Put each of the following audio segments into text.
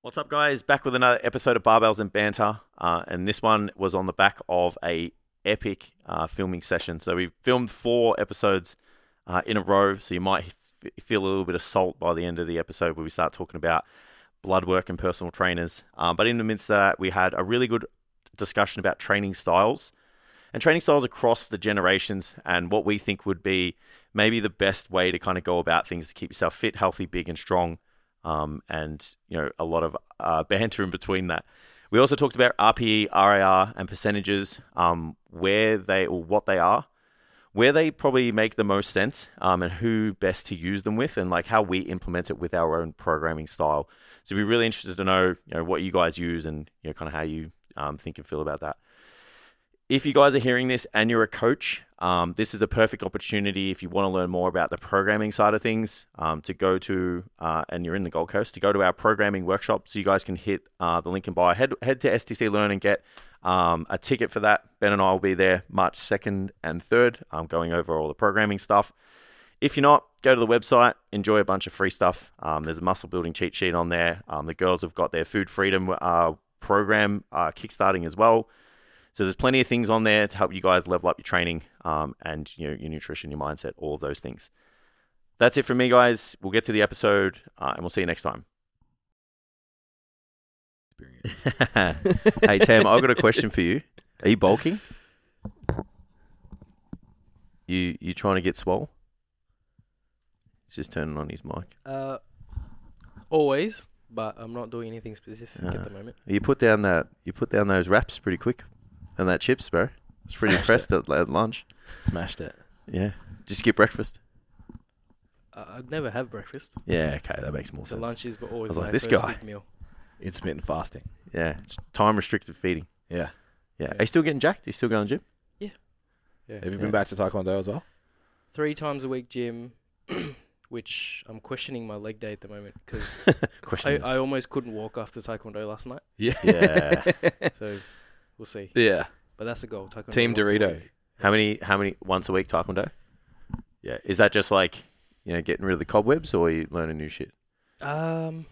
What's up, guys? Back with another episode of Barbells and Banter, uh, and this one was on the back of a epic uh, filming session. So we filmed four episodes uh, in a row, so you might f- feel a little bit of salt by the end of the episode where we start talking about blood work and personal trainers. Um, but in the midst of that, we had a really good discussion about training styles and training styles across the generations and what we think would be maybe the best way to kind of go about things to keep yourself fit, healthy, big, and strong um, and you know a lot of uh, banter in between that. We also talked about E, RPE, RAR, and percentages, um, where they or what they are, where they probably make the most sense, um, and who best to use them with, and like how we implement it with our own programming style. So we're really interested to know you know what you guys use and you know kind of how you um, think and feel about that if you guys are hearing this and you're a coach, um, this is a perfect opportunity if you want to learn more about the programming side of things um, to go to, uh, and you're in the Gold Coast, to go to our programming workshop. So you guys can hit uh, the link and buy. Head, head to STC Learn and get um, a ticket for that. Ben and I will be there March 2nd and 3rd, um, going over all the programming stuff. If you're not, go to the website, enjoy a bunch of free stuff. Um, there's a muscle building cheat sheet on there. Um, the girls have got their food freedom uh, program uh, kickstarting as well. So there's plenty of things on there to help you guys level up your training um, and you know, your nutrition, your mindset, all of those things. That's it from me, guys. We'll get to the episode uh, and we'll see you next time. experience. hey, Tam, I've got a question for you. Are you bulking? You you trying to get swole? He's just turning on his mic. Uh, Uh, always, but I'm not doing anything specific Ah. at the moment. You put down that you put down those wraps pretty quick, and that chips, bro. I was pretty impressed at, at lunch. Smashed it. Yeah, just get breakfast. Uh, I'd never have breakfast. Yeah, okay, that makes more So sense. lunch is I was always like, my this first guy. big meal. Intermittent fasting. Yeah, it's time restricted feeding. Yeah. Yeah. Yeah. Are you still getting jacked? Are you still going to gym? Yeah. Have you Yeah. been back to Taekwondo as well? Three times a week gym, which I'm questioning my leg day at the moment because I, Question. I almost couldn't walk after Taekwondo last night. Yeah. Yeah. So we'll see. yeah. But that's the goal. Taekwondo. Team once a Dorito. week. how many how many once a week taekwondo? Yeah. Is that just like, you know, getting rid of the cobwebs or are you learning new shit? Um.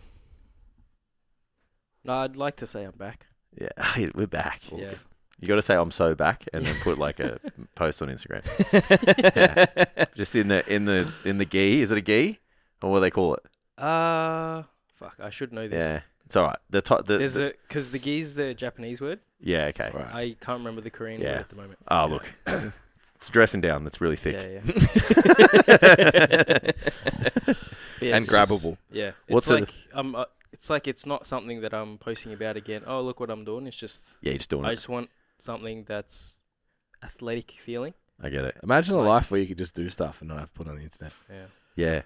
No, I'd like to say I'm back. Yeah. We're back. Yeah. You got to say I'm so back and then put like a post on Instagram. Just in the in the in the gi, is it a gi? Or what do they call it? Uh, fuck. I should know this. Yeah. It's all right. The top the, There's the- a because the gi's the Japanese word. Yeah, okay. Right. I can't remember the Korean Yeah. word at the moment. Oh, look. it's dressing down that's really thick. Yeah, yeah. But yeah, and it's just- grabbable. yeah, it's What's a- like um, uh, it's like it's not something that I'm posting about again. Oh, look what I'm doing. It's just Yeah, you're just doing I it. just want something that's athletic feeling. I get it. Imagine a Like- life where you could just do stuff and not have to put it on the internet. Yeah, Yeah.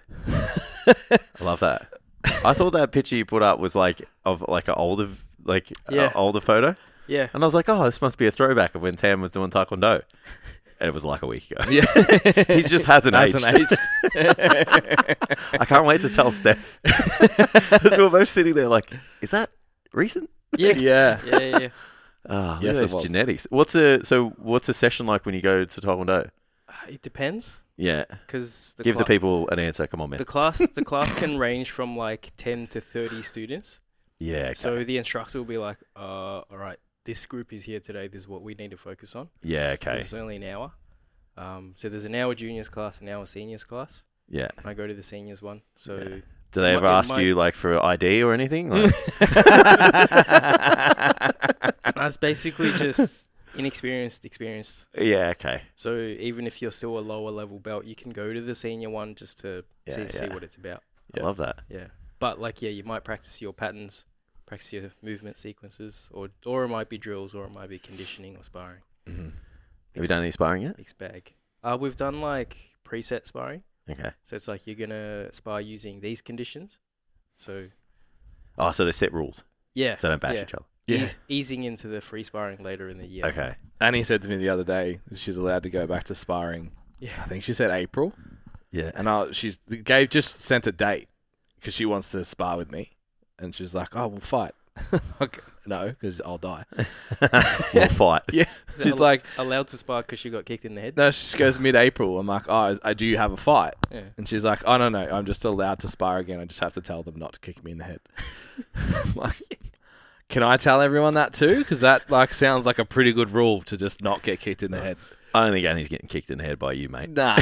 I love that. I thought that picture you put up was like of like an older like a Yeah. older photo, yeah. and I was like, oh, this must be a throwback of when Tam was doing taekwondo, and it was like a week ago. Yeah. he just hasn't aged. Hasn't aged. I can't wait to tell Steph. 'Cause we're both sitting there like, is that recent? Yeah. yeah, yeah. yeah, yeah, Ah, yes, Yes, it those was. genetics. What's a so? What's a session like when you go to taekwondo? Uh, It depends Yeah, because give the people an answer. Come on, man. the class the class can range from like ten to thirty students. yeah, okay. So the instructor will be like, uh, all right, this group is here today. This is what we need to focus on. yeah, 'Cause okay, It's only an hour. Um, so there's an hour juniors class, an hour seniors class. yeah. And I go to the seniors one. So Yeah. Do they It ever might- it ask might- you like for ID or anything? Like, that's basically just inexperienced, experienced. yeah, okay. So even if you're still a lower level belt, you can go to the senior one just to Yeah, see, see yeah. what it's about. I Yeah. love that. Yeah. But like, yeah, you might practice your patterns, practice your movement sequences, or or it might be drills, or it might be conditioning or sparring. Mhm. Have you done any sparring yet? Mixed bag. Uh, we've done like preset sparring, Okay. so it's like you're gonna spar using these conditions. So Oh, so they set rules, yeah, so don't bash yeah. each other. Yeah. Eas- easing into the free sparring later in the year. Okay. Annie said to me the other day that she's allowed to go back to sparring. I Yeah. think she said April. Yeah. And I, she's gave just sent a date because she wants to spar with me. And she's like, oh, we'll fight. okay. No, because I'll die. We'll fight. Is it She's al- like, allowed to spar because she got kicked in the head. no, she just goes mid April. I'm like, oh, is, uh, do you have a fight? Yeah. And she's like, oh, no, no, I'm just allowed to spar again. I just have to tell them not to kick me in the head. I'm like, can I tell everyone that too? Because that like sounds like a pretty good rule to just not get kicked in the head. I don't think Annie's getting kicked in the head by you, mate. Nah.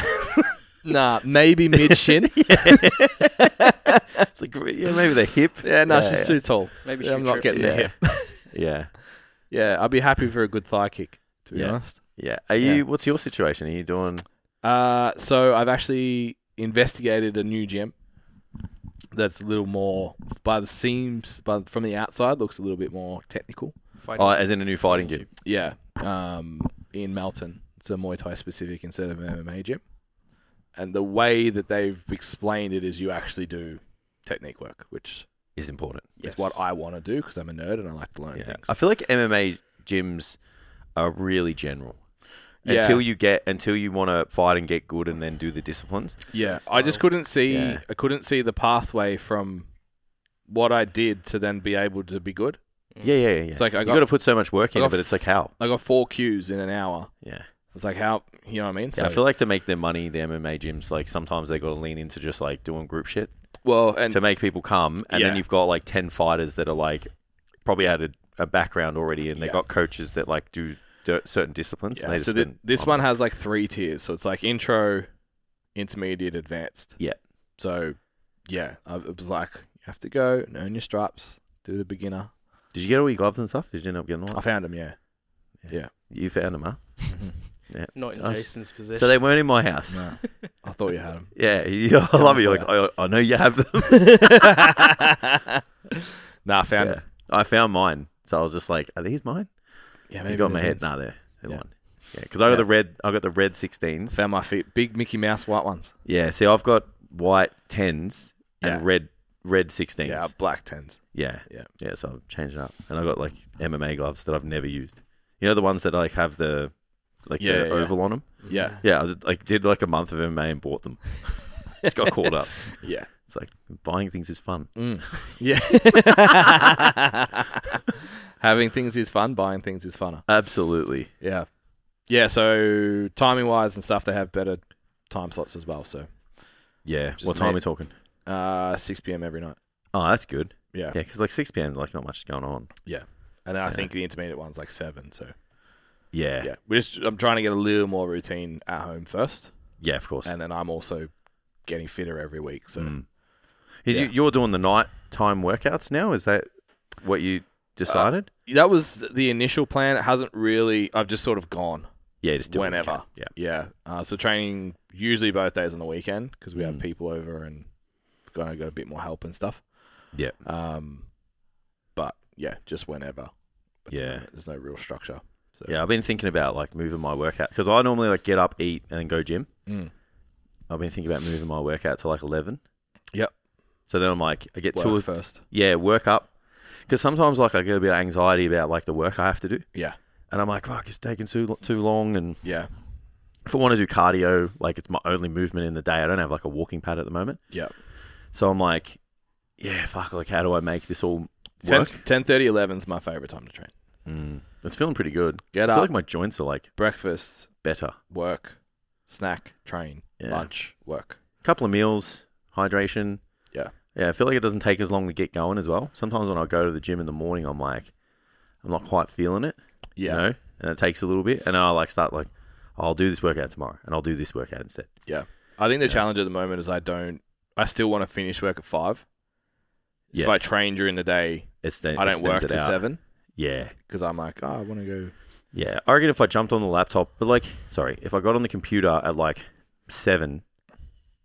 Nah, maybe mid shin. It's like, yeah, maybe the hip. Yeah, no, Yeah, she's yeah. too tall. Maybe she I'm not trips. getting there. Yeah, Yeah, I'd be happy for a good thigh kick, to be Yeah. honest. yeah. Are Yeah. you? What's your situation? Are you doing? Uh, so I've actually investigated a new gym that's a little more by the seams, by from the outside looks a little bit more technical. Fighting Oh, as in a new fighting gym. Yeah, um, in Melton, it's a Muay Thai specific instead of an MMA gym, and the way that they've explained it is you actually do technique work, which Is important. Yes. is what I want to do because I'm a nerd and I like to learn Yeah. things. I feel like MMA gyms are really general. Yeah. Until you get, until you want to fight and get good, and then do the disciplines. Yeah, sort of I just couldn't see. Yeah. I couldn't see the pathway from what I did to then be able to be good. Mm. Yeah, yeah, yeah. yeah. It's like I you got, got to put so much work I in, got it, but it's like how. I got four Qs in an hour. Yeah. It's like how you know what I mean. So yeah, I feel like to make their money, the MMA gyms, like sometimes they got to lean into just like doing group shit well, and to make people come, and Yeah. then you've got like ten fighters that are like probably had a, a background already, and they Yeah. got coaches that like do, do certain disciplines. and yeah, they so just thi- spend this time. one has like three tiers. So it's like intro, intermediate, advanced. Yeah. So yeah, I, it was like you have to go and earn your straps. Do the beginner. Did you get all your gloves and stuff? Did you end up getting I one? found them. Yeah. You found them, huh? Not in Nice. Jason's possession. So they weren't in my house. No, I thought you had them. Yeah, you, I love it. You're like, I, I know you have them. nah, I found Yeah. 'em. I found mine, so I was just like, are these mine? Yeah, Maybe you got in they're my head. men's. Nah, they're, they're Yeah. mine. Yeah, because I got Yeah. the red. I got the red 16s. Found my feet. Big Mickey Mouse white ones. Yeah, see, I've got white tens and Yeah. red red sixteens. Yeah, Yeah. black tens. yeah, Yeah. So I've changed it up, and I got like MMA gloves that I've never used. You know the ones that like have the like Yeah, the yeah. oval on them. Yeah. Yeah, I did- like did like a month of MMA and bought them. Just got caught up. Yeah. It's like buying things is fun. Mm. Yeah. Having things is fun. Buying things is funner. Absolutely. Yeah. Yeah. So timing wise and stuff, they have better time slots as well. So Yeah. Just what time made- are we talking? uh, 6 p.m. every night. Oh, that's good. Yeah. Yeah, because like six pm, like not much is going on. And then I Yeah. think the intermediate one's like seven. So Yeah. Yeah, yeah, we're just I'm trying to get a little more routine at home first, of course. and then I'm also getting fitter every week. So Mm. Is Yeah. you, you're doing the night time workouts now? Is that what you Uh, decided? that was the initial plan. It hasn't really. I've just sort of gone. Yeah, just do it when you Whenever. can. Yeah. Yeah. Uh, so training usually both days on the weekend because we have Mm. people over and kind of got a bit more help and stuff. Yeah. Um, but yeah, just whenever. At the Yeah. moment, There's no real structure. So Yeah, I've been thinking about like moving my workout because I normally like get up, eat, and then go gym. Mm. I've been thinking about moving my workout to like eleven. Yep. So then I'm like, I get Work two, of, first. yeah, work up, because sometimes like I get a bit of anxiety about like the work I have to do, Yeah. and I'm like, fuck, it's taking too lo- too long, and Yeah. if I want to do cardio, like it's my only movement in the day. I don't have like a walking pad at the moment. Yep. So I'm like, yeah, fuck, like how do I make this all 10, work? 10 30, 11 is my favorite time to train. Mm. It's feeling pretty good. Get I up, feel like my joints are like breakfast, better. work, snack, train, Yeah. lunch, work. couple of meals, hydration. Yeah. Yeah, I feel like it doesn't take as long to get going as well. Sometimes when I go to the gym in the morning, I'm like, I'm not quite feeling it, Yeah. you know, and it takes a little bit. And I like start like, I'll do this workout tomorrow and I'll do this workout instead. I think the Yeah. challenge at the moment is I don't, I still want to finish work at five. So If Yeah. I train during the day, It's then I don't extends work it to out. seven Yeah. because I'm like, oh, I want to go. Yeah. I reckon if I jumped on the laptop, but like, sorry, if I got on the computer at like seven,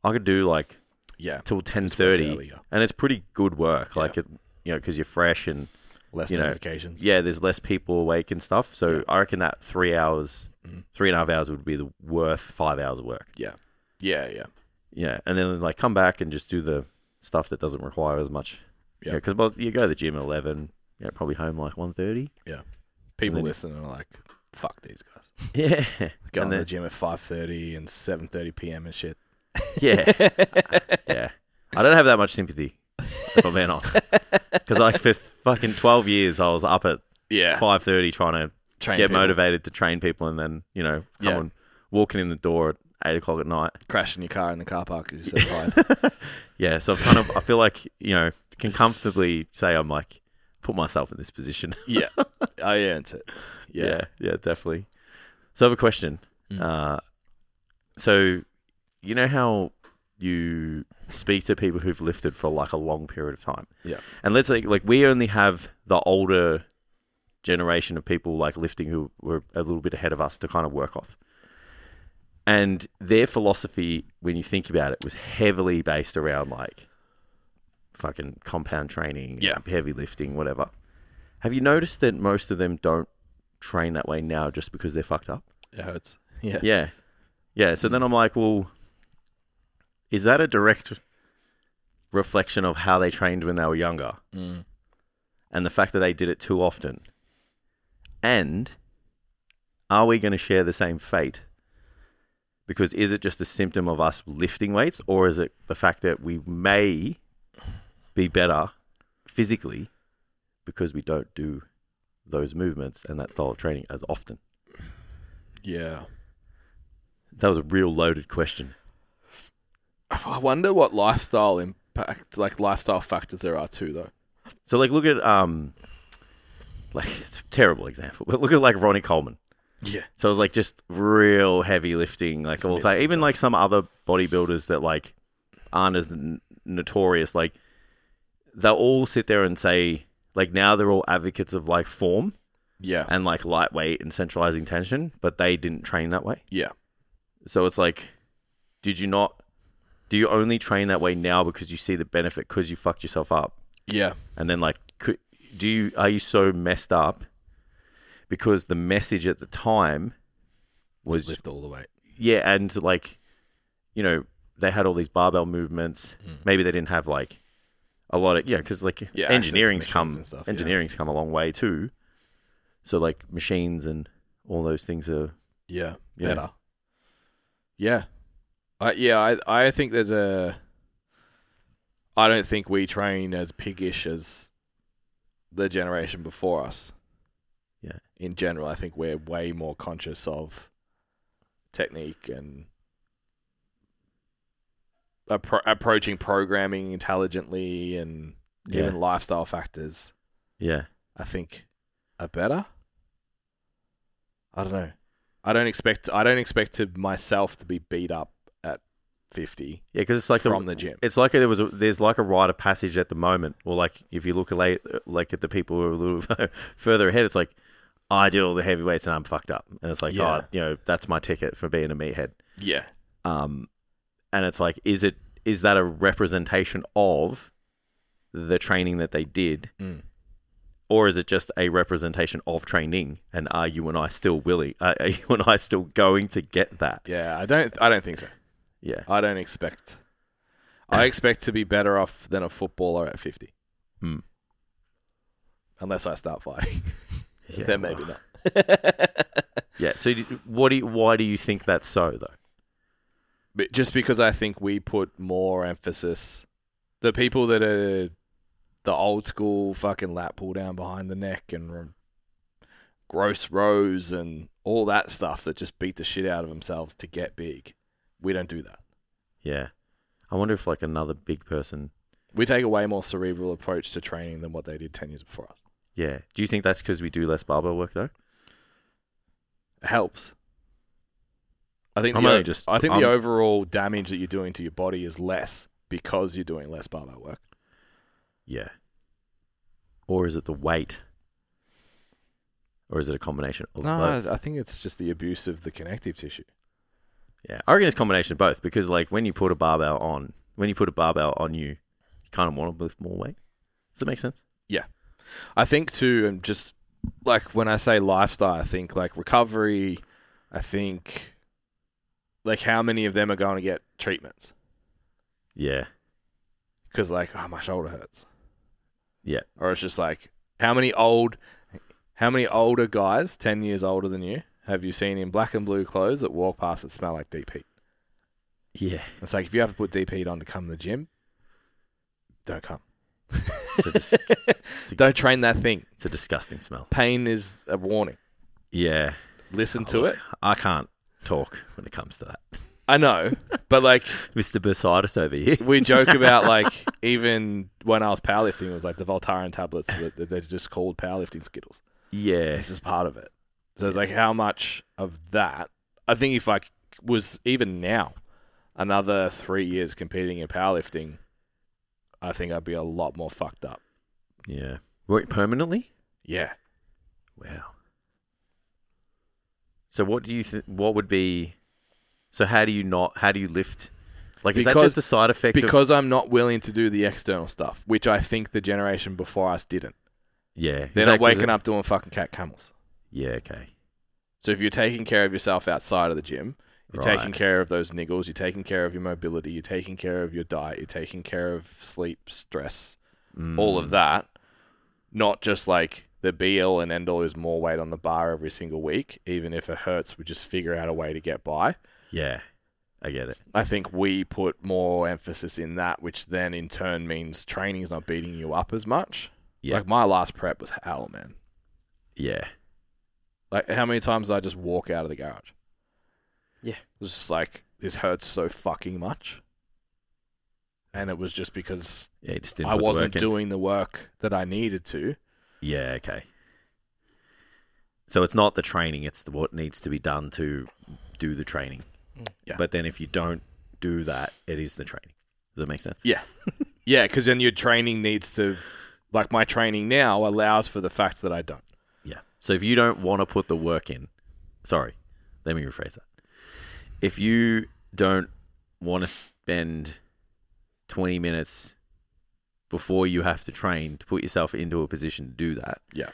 I could do like Yeah, till ten Just work thirty, earlier. and it's pretty good work. Yeah. Like, it, you know, because you're fresh and less You know, notifications. yeah, there's less people awake and stuff. So Yeah. I reckon that three hours, Mhm. three and a half hours would be the worth five hours of work. yeah, yeah, Yeah, and then like come back and just do the stuff that doesn't require as much. Yeah. Yeah, because you go to the gym at eleven. Yeah, probably home like one thirty. People then- listening are like, fuck these guys. Yeah, Going and to the then, gym at five thirty and seven thirty p.m. and shit. yeah, yeah. I don't have that much sympathy. if I'm being honest. Because like for fucking twelve years, I was up at Yeah. five thirty trying to Train get people. motivated to train people, and then you know, Yeah. someone walking in the door at eight o'clock at night. Crashing your car in the car park because you said five. Yeah, so I've kind of I feel like you know can comfortably say I'm like put myself in this position. Oh, yeah. I earned it. Yeah. yeah, yeah, definitely. So I have a question. Mm. Uh, so you know how you speak to people who've lifted for like a long period of time. Yeah. And let's say like we only have the older generation of people like lifting who were a little bit ahead of us to kind of work off. And their philosophy, when you think about it, was heavily based around like fucking compound training, Yeah. heavy lifting, whatever. Have you noticed that most of them don't train that way now just because they're fucked up? It hurts. Yeah. Yeah. Yeah. So then I'm like, well, is that a direct reflection of how they trained when they were younger Mm. and the fact that they did it too often? And are we going to share the same fate? Because is it just a symptom of us lifting weights or is it the fact that we may be better physically because we don't do those movements and that style of training as often? Yeah. That was a real loaded question. I wonder what lifestyle impact, like lifestyle factors there are too, though. So like look at um like it's a terrible example, but look at like Ronnie Coleman. Yeah. So it was like just real heavy lifting, like Just all the time. mixed Even like some other bodybuilders that like aren't as n- notorious, like they'll all sit there and say like now they're all advocates of like form Yeah. and like lightweight and centralizing tension, but they didn't train that way. Yeah. So it's like, did you not? Do you only train that way now because you see the benefit because you fucked yourself up? Yeah. and then like could, do you are you so messed up because the message at the time was Just lift all the weight. yeah and like you know they had all these barbell movements maybe they didn't have like a lot of yeah because like Mm. Yeah, access to engineering's machines come and stuff, yeah. engineering's come a long way too so like machines and all those things are Yeah. Yeah. Better. Yeah. I yeah, I I think there's a I don't think we train as piggish as the generation before us. Yeah. In general, I think we're way more conscious of technique and appro- approaching programming intelligently and yeah even lifestyle factors. yeah I think are better. I don't know. I don't expect I don't expect to myself to be beat up at fifty yeah because it's like the, from the, gym. It's like there was a, there's like a rite of passage at the moment, or like if you look late, like at the people who are a little further ahead, it's like I did all the heavyweights and I'm fucked up, and it's like Yeah. oh, you know, that's my ticket for being a meathead. Yeah. Um, and it's like, is it is that a representation of the training that they did, Mm. or is it just a representation of training? And are you and I still willing? Are are you and I still going to get that? Yeah. I don't I don't think so. Yeah. I don't expect I expect to be better off than a footballer at fifty. Hmm. Unless I start fighting. Yeah. then maybe not. Yeah. So, you- what do you, why do you think that's so though? But just because I think we put more emphasis, the people that are the old school fucking lat pull down behind the neck and r- gross rows and all that stuff that just beat the shit out of themselves to get big. We don't do that. Yeah. I wonder if like another big person. We take a way more cerebral approach to training than what they did 10 years before us. Yeah. Do you think that's because we do less barbell work though? It helps. I think, I'm the, only o- just- I think I'm- the overall damage that you're doing to your body is less because you're doing less barbell work. Yeah. Or is it the weight? Or is it a combination of No, both? I- I think it's just the abuse of the connective tissue. yeah. I reckon it's a combination of both because like when you put a barbell on, when you put a barbell on you, you kind of want to lift more weight. Does that make sense? I think too, and just like when I say lifestyle, I think like recovery. I think like how many of them are going to get treatments Yeah. because like oh my shoulder hurts. Yeah. Or it's just like how many old, how many older guys, ten years older than you, have you seen in black and blue clothes that walk past that smell like deep heat? Yeah. It's like if you have to put deep heat on to come to the gym, don't come. It's a, dis- Don't train that thing. it's a disgusting smell. Pain is a warning. Yeah. Listen to it. I can't talk when it comes to that. I know, but like Mr. Bursitis over here. we joke about like even when I was powerlifting, it was like the Voltaren tablets. were- They're just called powerlifting skittles. Yeah. This is part of it. So it's like how much of that? I think if I c- was even now another three years competing in powerlifting, I think I'd be a lot more fucked up. Yeah. Work permanently? Yeah. Wow. So what do you think? What would be? So how do you not? How do you lift? Like is that Because- just a side effect? of, Because I'm not willing to do the external stuff, which I think the generation before us didn't. yeah, They're not waking up doing fucking cat camels. Yeah. Okay. So if you're taking care of yourself outside of the gym, you're Right. taking care of those niggles, you're taking care of your mobility, you're taking care of your diet, you're taking care of sleep, stress, Mm. all of that. Not just like the be all and end all is more weight on the bar every single week, even if it hurts, we just figure out a way to get by. Yeah. I get it. I think we put more emphasis in that, which then in turn means training is not beating you up as much. Yeah. Like my last prep was hell, man. Yeah. Like how many times did I just walk out of the garage? Yeah. It was just like this hurts so fucking much. And it was just because Yeah. You just didn't. I put the wasn't work in. doing the work that I needed to. Yeah. Okay. So it's not the training; it's the, what needs to be done to do the training. Mm. Yeah. But then if you don't do that, it is the training. Does that make sense? Yeah, because then your training needs to, like my training now allows for the fact that I don't. Yeah. So if you don't want to put the work in, sorry, let me rephrase that. If you don't want to spend 20 minutes before you have to train to put yourself into a position to do that, Yeah.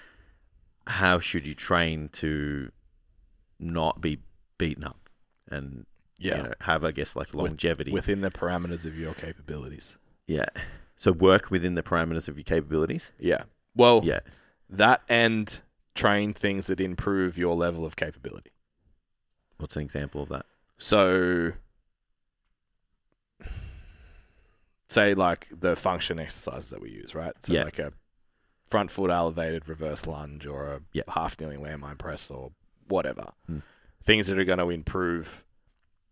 how should you train to not be beaten up and you Yeah. know, have, I guess, like longevity? Within the parameters of your capabilities. yeah. So work within the parameters of your capabilities. Yeah. Well, Yeah. that and train things that improve your level of capability. What's an example of that? So, say like the function exercises that we use, right? So Yeah. like a front foot elevated reverse lunge or a Yeah. half kneeling landmine press or whatever. Mm. Things that are going to improve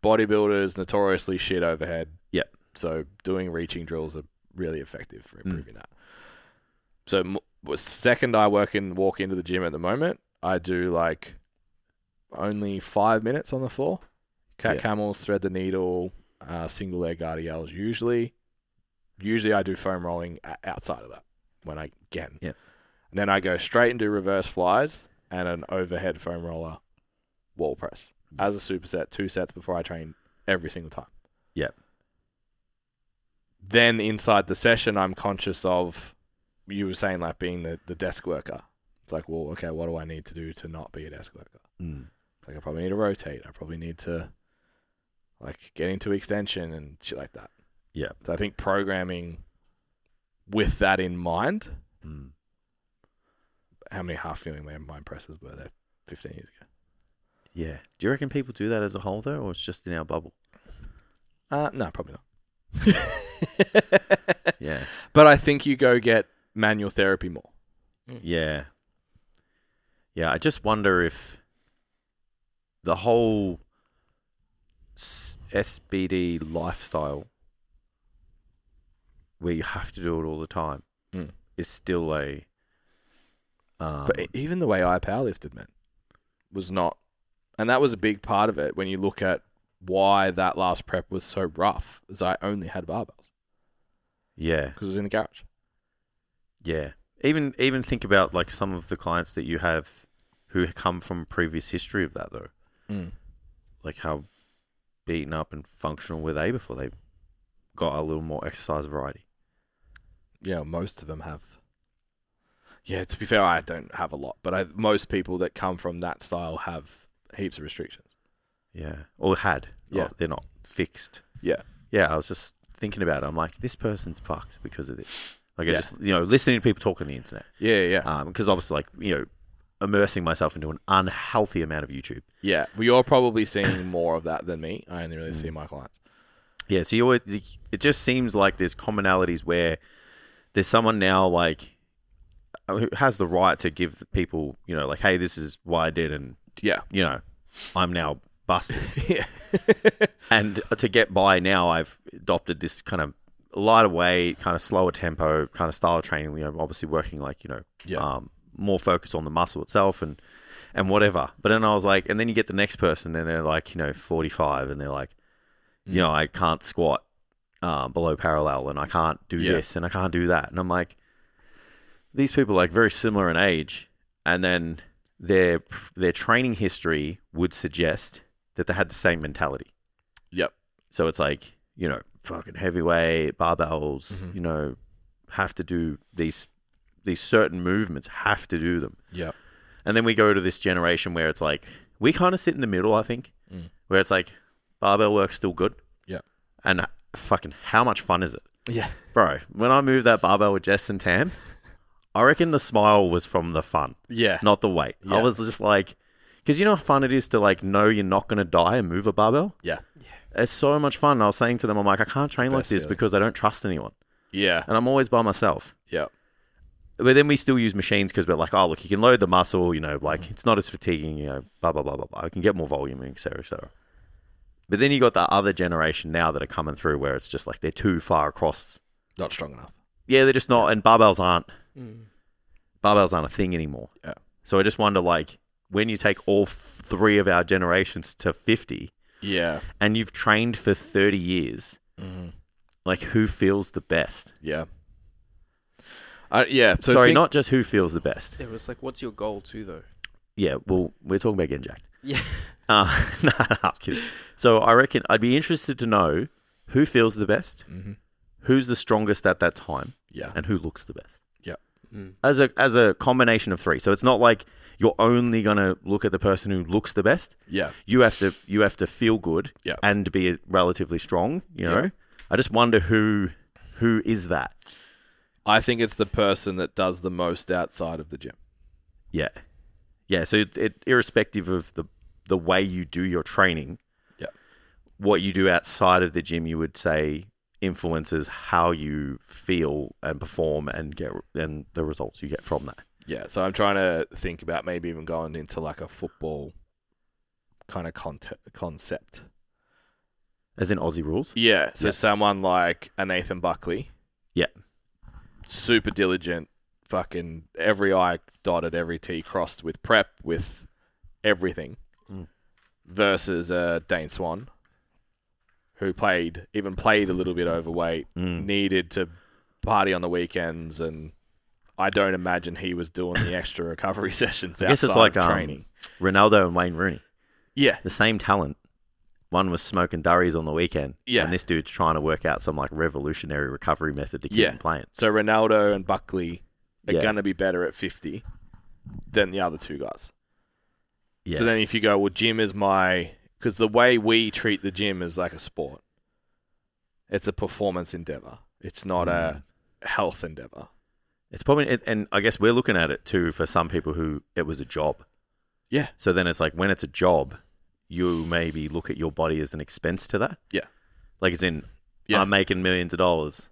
bodybuilders notoriously shit overhead. Yeah. So doing reaching drills are really effective for Mm. improving that. So m- was- second I work in walk into the gym at the moment, I do like only 5 minutes on the floor. Cat Yeah. camels, thread the needle, uh, single leg RDLs usually. Usually I do foam rolling o- outside of that when I can. Yeah. And then I go straight and do reverse flies and an overhead foam roller wall press as a superset, two sets before I train every single time. Yeah. Then inside the session, I'm conscious of you were saying like being the, the desk worker. It's like, well, okay, what do I need to do to not be a desk worker? Mm. Like I probably need to rotate. I probably need to like get into extension and shit like that. Yeah. So I think programming with that in mind. Mm. How many half feeling landmine presses were there 15 years ago? Yeah. Do you reckon people do that as a whole though, or it's just in our bubble? Uh, no, probably not. Yeah. but I think you go get manual therapy more. Mm. Yeah. Yeah. I just wonder if the whole s- SBD lifestyle, where you have to do it all the time, Mm. is still a. Um, But e- even the way I powerlifted, man, was not, and that was a big part of it. When you look at why that last prep was so rough, is I only had barbells yeah. because it was in the garage. Yeah. Even even think about like some of the clients that you have who come from previous history of that though, like how beaten up and functional were they before they got a little more exercise variety. Yeah, most of them have. Yeah, to be fair, I don't have a lot, but I, most people that come from that style have heaps of restrictions. Yeah. Or had. Yeah. Not- they're not fixed. Yeah. Yeah. I was just thinking about it. I'm like, this person's fucked because of this. Like, I Yeah. just, you know, listening to people talk on the internet. Yeah, yeah, Because obviously, like, you know, immersing myself into an unhealthy amount of YouTube. yeah. Well, you're probably seeing more of that than me. I only really Mm. see my clients. Yeah. So you always, it just seems like there's commonalities where there's someone now like who has the right to give people, you know, like, hey, this is why I did, and Yeah. you know, I'm now busted. Yeah. and to get by now, I've adopted this kind of lighter weight, kind of slower tempo, kind of style of training. You know, obviously working like you know, Yeah. um, more focus on the muscle itself and and whatever. But then I was like, and then you get the next person, and they're like, you know, 45, and they're like, Mm. you know, I can't squat uh, below parallel, and I can't do Yeah. this, and I can't do that, and I'm like, these people are like very similar in age, and then their their training history would suggest that they had the same mentality. Yep. So it's like, you know, fucking heavyweight, barbells, Mm-hmm. you know, have to do these these certain movements, have to do them. Yep. And then we go to this generation where it's like we kind of sit in the middle, I think, Mm. where it's like barbell work's still good. Yeah. And fucking how much fun is it? Yeah. Bro, when I moved that barbell with Jess and Tam, I reckon the smile was from the fun, Yeah. not the weight. I Yeah. was just like, because you know how fun it is to like know you're not going to die and move a barbell? Yeah. it's so much fun. And I was saying to them, I'm like, I can't train like best this feeling. because I don't trust anyone, Yeah. and I'm always by myself. Yep. But then we still use machines because we're like, oh look, you can load the muscle, you know, Mm. like it's not as fatiguing, you know, blah blah blah blah blah. I can get more volume, et cetera, et cetera. But then you got the other generation now that are coming through where it's just like they're too far across. Not strong enough. Yeah, they're just not, and barbells aren't Mm. barbells aren't a thing anymore. Yeah. So I just wonder, like, when you take all f- three of our generations to 50, Yeah. and you've trained for 30 years, Mhm. like who feels the best? Yeah. Uh, yeah. So Sorry, think- not just who feels the best. It was like, what's your goal too, though? Yeah, well, we're talking about getting jacked. Yeah. Uh, no, no, I'm kidding. So I reckon I'd be interested to know who feels the best, Mhm. who's the strongest at that time, Yeah. and who looks the best. Mm. As a as a combination of three. So it's not like you're only gonna look at the person who looks the best. Yeah. You have to you have to feel good Yeah. and be relatively strong. You Yeah. know, I just wonder who who is that. I think it's the person that does the most outside of the gym. Yeah, yeah. So it, it irrespective of the the way you do your training, Yeah. what you do outside of the gym, you would say influences how you feel and perform and get and the results you get from that. Yeah. So I'm trying to think about maybe even going into like a football kind of conte- concept. As in Aussie rules, Yeah. So Yeah. someone like a Nathan Buckley. Yeah. Super diligent, fucking every I dotted, every T crossed with prep, with everything. Mm. Versus a Dane Swan, who played, even played a little bit overweight, Mm. needed to party on the weekends, and I don't imagine he was doing the extra recovery sessions guess outside it's like, of um, training. Ronaldo and Wayne Rooney, Yeah, the same talent. One was smoking durries on the weekend, Yeah. and this dude's trying to work out some like revolutionary recovery method to keep Yeah. him playing. So Ronaldo and Buckley are Yeah. gonna be better at fifty than the other two guys. Yeah, So then if you go, well, gym is my because the way we treat the gym is like a sport. It's a performance endeavor. It's not a Mm. health endeavor. it's probably, and- and I guess we're looking at it too for some people who it was a job. Yeah. So then it's like when it's a job, you maybe look at your body as an expense to that. Yeah. Like it's in Yeah. I'm making millions of dollars.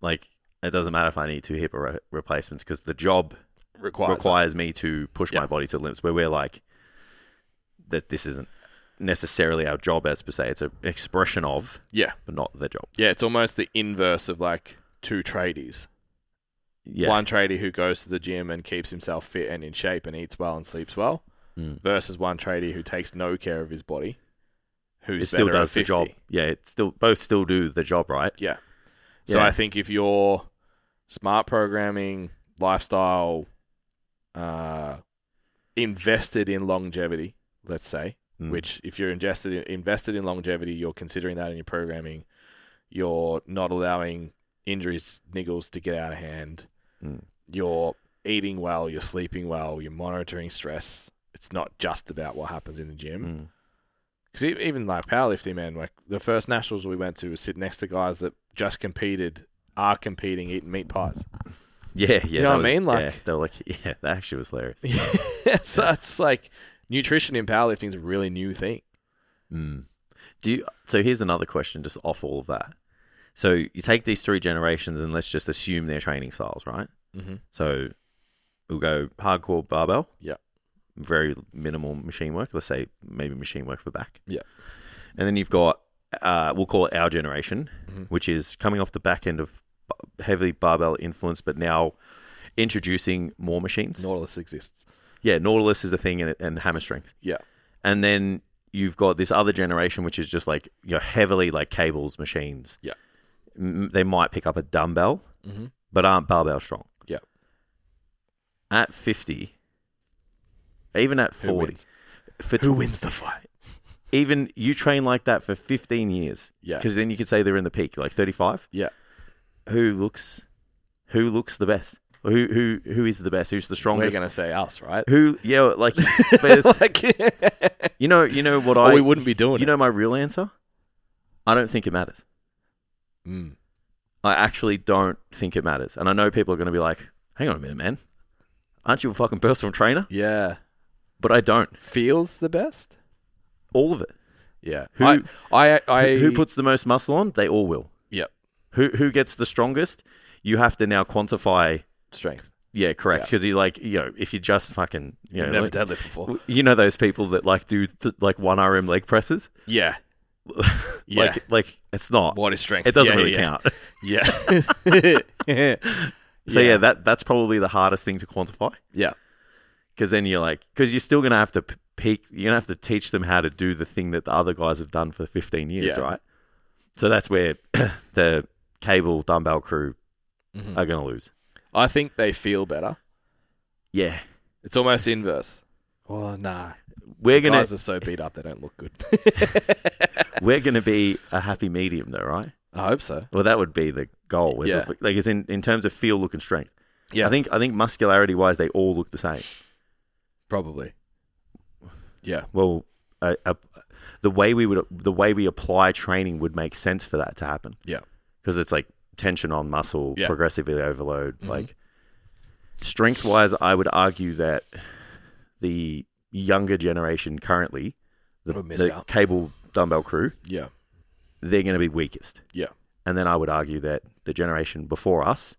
Like it doesn't matter if I need two hip re- replacements because the job Requires. requires me to push Yeah. my body to limits where we're like that this isn't necessarily our job as per se. It's a- an expression of, Yeah. but not the job. Yeah. It's almost the inverse of like two tradies. Yeah. One tradie who goes to the gym and keeps himself fit and in shape and eats well and sleeps well Mm. versus one tradie who takes no care of his body, who It still does the job. Yeah, it still both still do the job, right? Yeah. So Yeah. I think if you're smart programming, lifestyle, uh, invested in longevity, let's say, Mm. which if you're invested in, invested in longevity, you're considering that in your programming, you're not allowing injuries, niggles to get out of hand, Mm. you're eating well, you're sleeping well, you're monitoring stress. It's not just about what happens in the gym. Mm. Because e-, even like powerlifting, man, like the first nationals we went to was sit next to guys that just competed, are competing, eating meat pies. Yeah, yeah. know that what I mean? was- Like- yeah, they were like, yeah, that actually was hilarious. so it's like nutrition in powerlifting is a really new thing. Mm. Do you, so. Here's another question, just off all of that. So you take these three generations and let's just assume their training styles, right? Mm-hmm. So we'll go hardcore barbell. Yeah. Very minimal machine work. Let's say maybe machine work for back. Yeah. And then you've got, uh, we'll call it our generation, Mhm. which is coming off the back end of b- heavily barbell influence, but now introducing more machines. Nautilus exists. Yeah, Nautilus is a thing and, and hammer strength. Yeah. And then you've got this other generation, which is just like, you know, heavily like cables, machines. Yeah. M- they might pick up a dumbbell, Mm-hmm. but aren't barbell strong. Yeah. At 50, even at 40, Who wins? for Who wins the fight? even you train like that for 15 years. Yeah. Because then you could say they're in the peak, like 35. Yeah. Who looks who looks the best? Who who who is the best? Who's the We're strongest? gonna say us, right? Who yeah, like but it's, Like- you know you know what or I Oh, we wouldn't be doing you know my real answer? I don't think it matters. it. Mm. I actually don't think it matters. And I know people are going to be like, "Hang on a minute, man. Aren't you a fucking personal trainer?" Yeah, But I don't. feels the best. All of it. Yeah, Who- I, I, I who who puts the most muscle on? They all will. Yep. Who who gets the strongest? You have to now quantify. strength. Yeah, correct. Yeah. Because you like you know if you just fucking you know Never like- deadlift before. you know those people that like do th- like one RM leg presses. Yeah, yeah. Like like it's not. what is strength? It doesn't Yeah, really yeah, count. Yeah. So yeah. that that's probably the hardest thing to quantify. Yeah. Because then you're like, because you're still gonna have to p- peak. You're gonna have to teach them how to do the thing that the other guys have done for 15 years, Yeah. right? So that's where the cable dumbbell crew Mhm. are gonna lose. I think they feel better. Yeah. It's almost inverse. Oh nah, We're gonna guys are so beat up they don't look good. we're gonna be a happy medium though, right? I hope so. Well, that would be the goal. is Yeah. if- like it's in, in terms of feel, look, and strength. Yeah. I think I think muscularity wise, they all look the same. Probably. Yeah. Well, uh, uh, the way we would the way we apply training would make sense for that to happen. Yeah. because it's like tension on muscle, Yeah. progressively overload. Mhm. Like strength wise, I would argue that the younger generation currently, the, We're missing the out. cable dumbbell crew, Yeah. they're going to be weakest. Yeah. And then I would argue that the generation before us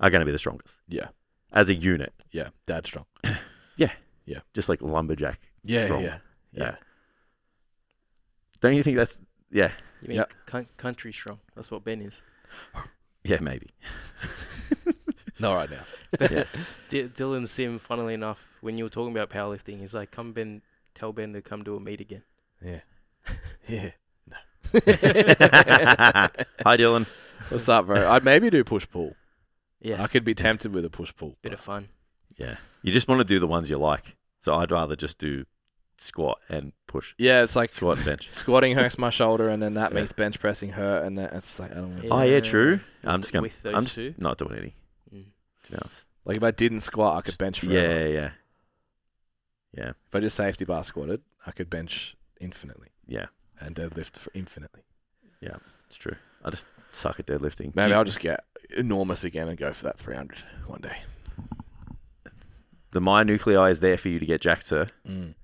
are going to be the strongest Yeah. as a unit, Yeah. Dad strong. just like lumberjack. Yeah. Strong. Yeah. Yeah. Don't you think that's yeah, You mean Yeah. coun- country strong? That's what Ben is. yeah, maybe. Not right now. D- Dylan Sim, funnily enough, when you were talking about powerlifting, he's like, "Come Ben, tell Ben to come do a meet again." Yeah. Yeah. Hi Dylan. What's up, bro? I'd maybe do push pull. Yeah, I could be tempted with a push pull. bit of fun. Yeah. You just want to do the ones you like. So I'd rather just do squat and push. Yeah, it's like Squat and bench. squatting hurts my shoulder, and then that Yeah. makes bench pressing hurt, and then it's like I don't want to. Yeah. Oh yeah, true. I'm just gonna With those I'm just two? not doing any, Mm. to be honest. Like if I didn't squat, I could bench forever. Yeah, yeah, yeah. If I just safety bar squatted, I could bench infinitely Yeah, and deadlift for infinitely. it's true. I just suck at deadlifting. Maybe Do- I'll just get enormous again and go for that 300 one day. the my nuclei is there for you to get jacked, sir. Mm.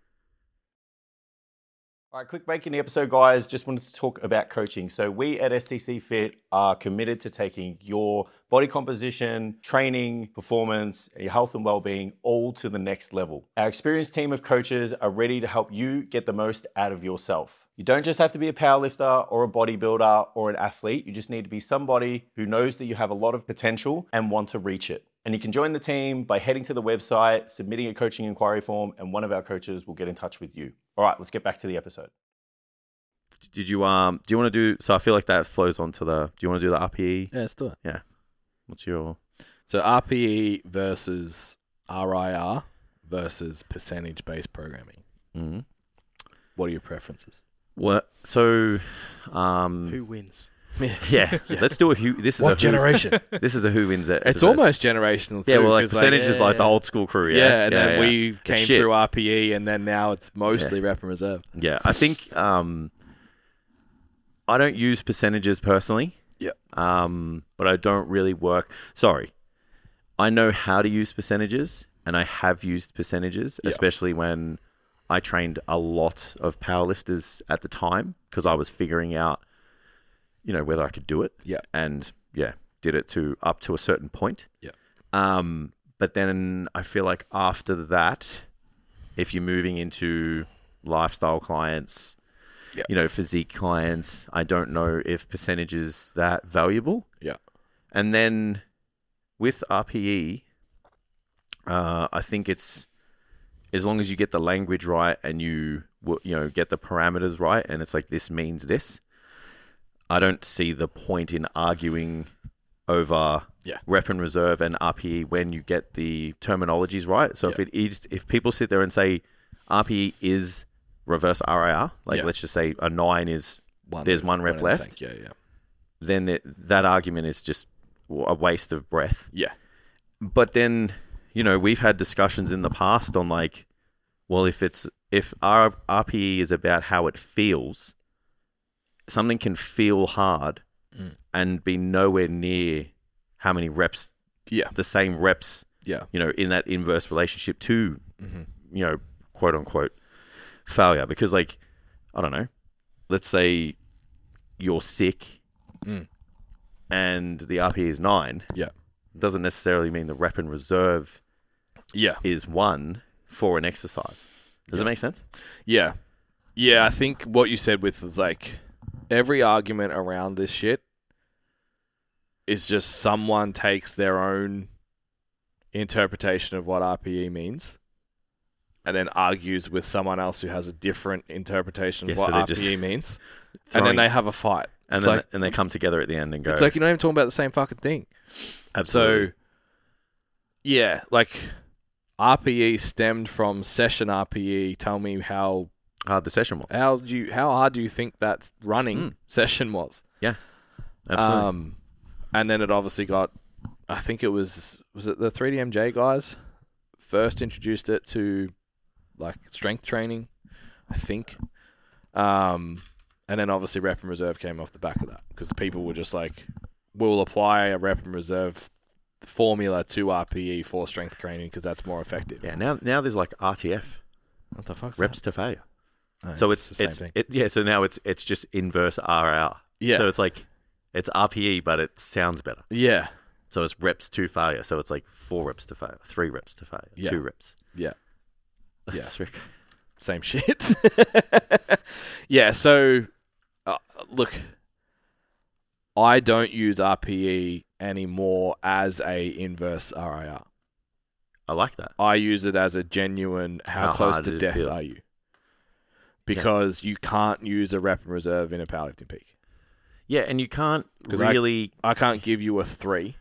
All right, quick break in the episode, guys. Just wanted to talk about coaching. So, we at STC Fit are committed to taking your body composition, training, performance, your health and well being all to the next level. Our experienced team of coaches are ready to help you get the most out of yourself. You don't just have to be a powerlifter or a bodybuilder or an athlete. You just need to be somebody who knows that you have a lot of potential and want to reach it. And you can join the team by heading to the website, submitting a coaching inquiry form, and one of our coaches will get in touch with you. All right, let's get back to the episode. Did you um? Do you want to do? So I feel like that flows onto the. Do you want to do the RPE? Yeah, let's do it. What's your? So RPE versus RIR versus percentage based programming. Mm-hmm. What are your preferences? What? So, um. Who wins? Yeah, let's do a who. This is a what who- generation? This is a who wins it. it's episode. almost generational. Too, Yeah, well, like 'cause, percentage is like the yeah. old school crew. Yeah, yeah, and then yeah. we came shit. through RPE, and then now it's mostly rep and reserve. Yeah, I think um, I don't use percentages personally. Yeah. Um, but I don't really work. Sorry, I know how to use percentages, and I have used percentages, Yeah. especially when I trained a lot of powerlifters at the time because I was figuring out. you know, whether I could do it. Yeah. And yeah, did it to up to a certain point. Yeah. Um, but then I feel like after that, if you're moving into lifestyle clients, Yeah. you know, physique clients, I don't know if percentage is that valuable. Yeah. And then with RPE, uh, I think it's as long as you get the language right and you wo- you know get the parameters right, and it's like this means this. I don't see the point in arguing over Yeah. rep and reserve and RPE when you get the terminologies right. So if it is, if people sit there and say RPE is reverse RIR, like Yeah. let's just say a nine is, One, There's one rep in the left. tank. Yeah, yeah, then it, that argument is just a waste of breath. yeah. but then you know we've had discussions in the past on like well if it's if our rpe E is about how it feels something can feel hard Mm. and be nowhere near how many reps Yeah. the same reps Yeah. you know in that inverse relationship to Mm-hmm. you know quote unquote failure because like i don't know let's say you're sick Mm. and the rpe is 9 Yeah. doesn't necessarily mean the rep and reserve Yeah. is one for an exercise. Does it make sense? Yeah. Yeah, I think what you said with is like every argument around this shit is just someone takes their own interpretation of what RPE means and then argues with someone else who has a different interpretation of Yeah, what so they're RPE just means. Throwing- and then they have a fight. and it's, then like, and they come together at the end and go. it's like you're not even talking about the same fucking thing. absolutely. So, yeah, like RPE stemmed from session RPE. Tell me how hard the session was. how do you how hard do you think that running Mm. session was? Absolutely. Um, and then it obviously got. I think it was was it the 3DMJ guys first introduced it to like strength training, I think. Um, and then obviously rep and reserve came off the back of that because people were just like, we'll apply a rep and reserve formula to RPE for strength training because that's more effective. yeah. Now now there's like RTF What the fuck's reps to failure. that? Oh, So it's the it's, same thing. it, yeah. So now it's it's just inverse RR. Yeah. So it's like it's RPE, but it sounds better. yeah, So it's reps to failure. So it's like four reps to failure, three reps to failure, Yeah. two reps. Yeah. That's ridiculous. same shit. yeah, so uh, look, I don't use RPE anymore as a inverse RIR. I like that. I use it as a genuine how, How close hard did to it death feel? are you? Because you can't use a rep and reserve in a powerlifting peak. Yeah, and you can't 'Cause I- really. I can't give you a three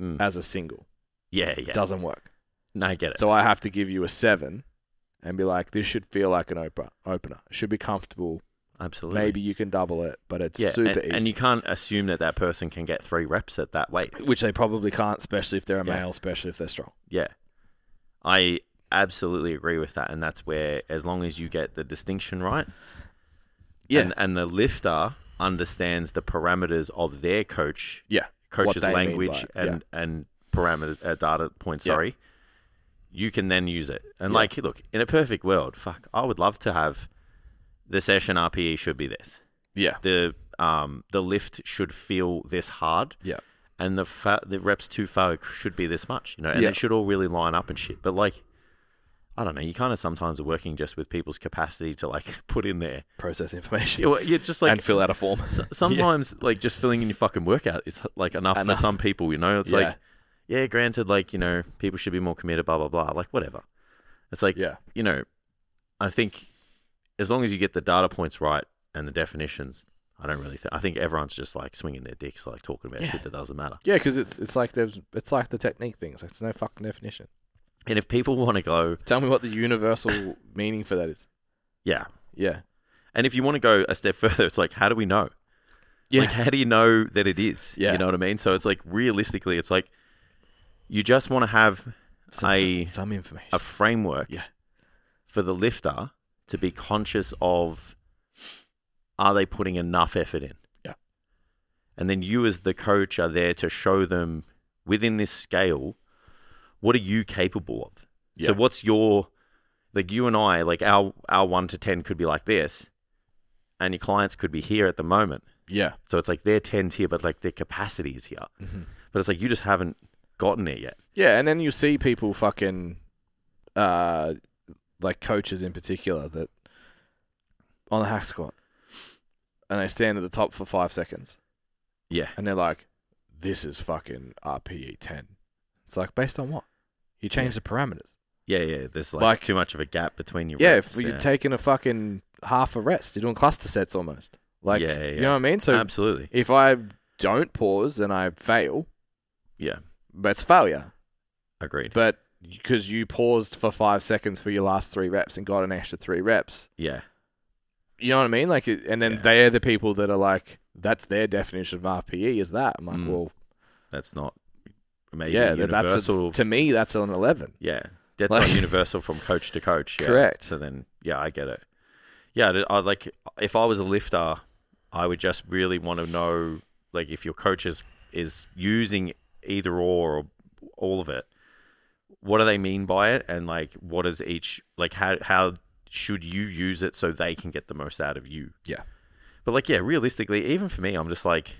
Mm. as a single. yeah, yeah. It doesn't work. no, I get it. So I have to give you a seven and be like, this should feel like an opa- opener. It should be comfortable. Absolutely. Maybe you can double it, but it's Yeah, super and, easy. and you can't assume that that person can get three reps at that weight. which they probably can't, especially if they're a Yeah. male, especially if they're strong. Yeah, I absolutely agree with that, and that's where as long as you get the distinction right, Yeah. and, and the lifter understands the parameters of their coach, Yeah, coach's they mean by language it, yeah. and and parameters uh, data points. Yeah. Sorry, you can then use it. And Yeah. like, look, in a perfect world, fuck, I would love to have the session RPE should be this. Yeah, The um the lift should feel this hard. yeah, and the fa- the reps too far should be this much, you know, and Yeah. it should all really line up and shit. But like, I don't know, you kind of sometimes are working just with people's capacity to like put in there. process information You're, you're just like and fill out a form. s- sometimes like just filling in your fucking workout is like enough, Enough. for some people, you know. It's Yeah. like, yeah, granted, like you know, people should be more committed, blah blah blah, like whatever. It's like, Yeah, you know, I think as long as you get the data points right and the definitions. I don't really think. I think everyone's just like swinging their dicks, like talking about Yeah. shit that doesn't matter. yeah, because it's it's like there's it's like the technique things. Like, there's no fucking definition. And if people want to go, Tell me what the universal meaning for that is. yeah, Yeah, And if you want to go a step further, it's like, how do we know? yeah, Like, how do you know that it is? Yeah. You know what I mean? So it's like, realistically, it's like, you just want to have some, I- some information. a framework Yeah. for the lifter to be conscious of are they putting enough effort in? Yeah. And then you, as the coach, are there to show them within this scale, what are you capable of? So Yeah. what's your like you and I like our our one to ten could be like this, and your clients could be here at the moment. Yeah. Mm-hmm. So it's like their 10's here, but like their capacity is here. But it's like you just haven't gotten there yet. Yeah, and then you see people fucking, uh, like coaches in particular that on the hack squat, and they stand at the top for five seconds, Yeah. and they're like, "This is fucking RPE ten." It's like based on what? You change the parameters. Yeah, yeah. There's like, Like- too much of a gap between your yeah, reps, if you're taking a fucking half a rest, you're doing cluster sets almost. Like, Yeah, yeah, you yeah. know what I mean? So Absolutely. if I don't pause, then I fail. Yeah. That's failure. Agreed. But because you paused for five seconds for your last three reps and got an extra three reps, yeah. you know what I mean? Like, it- and then Yeah. they're the people that are like, that's their definition of RPE is that. I'm like, Mm. well, That's not maybe yeah, that, that's universal. a, to me, that's an 11. Yeah, that's Like- not universal from coach to coach. Yeah. Correct. So then, yeah, I get it. Yeah, I- I like if I was a lifter, I would just really want to know like if your coach is is using either or or all of it. What do they mean by it, and like what is each like how how should you use it so they can get the most out of you? Yeah. But like, yeah, realistically, even for me, I'm just like,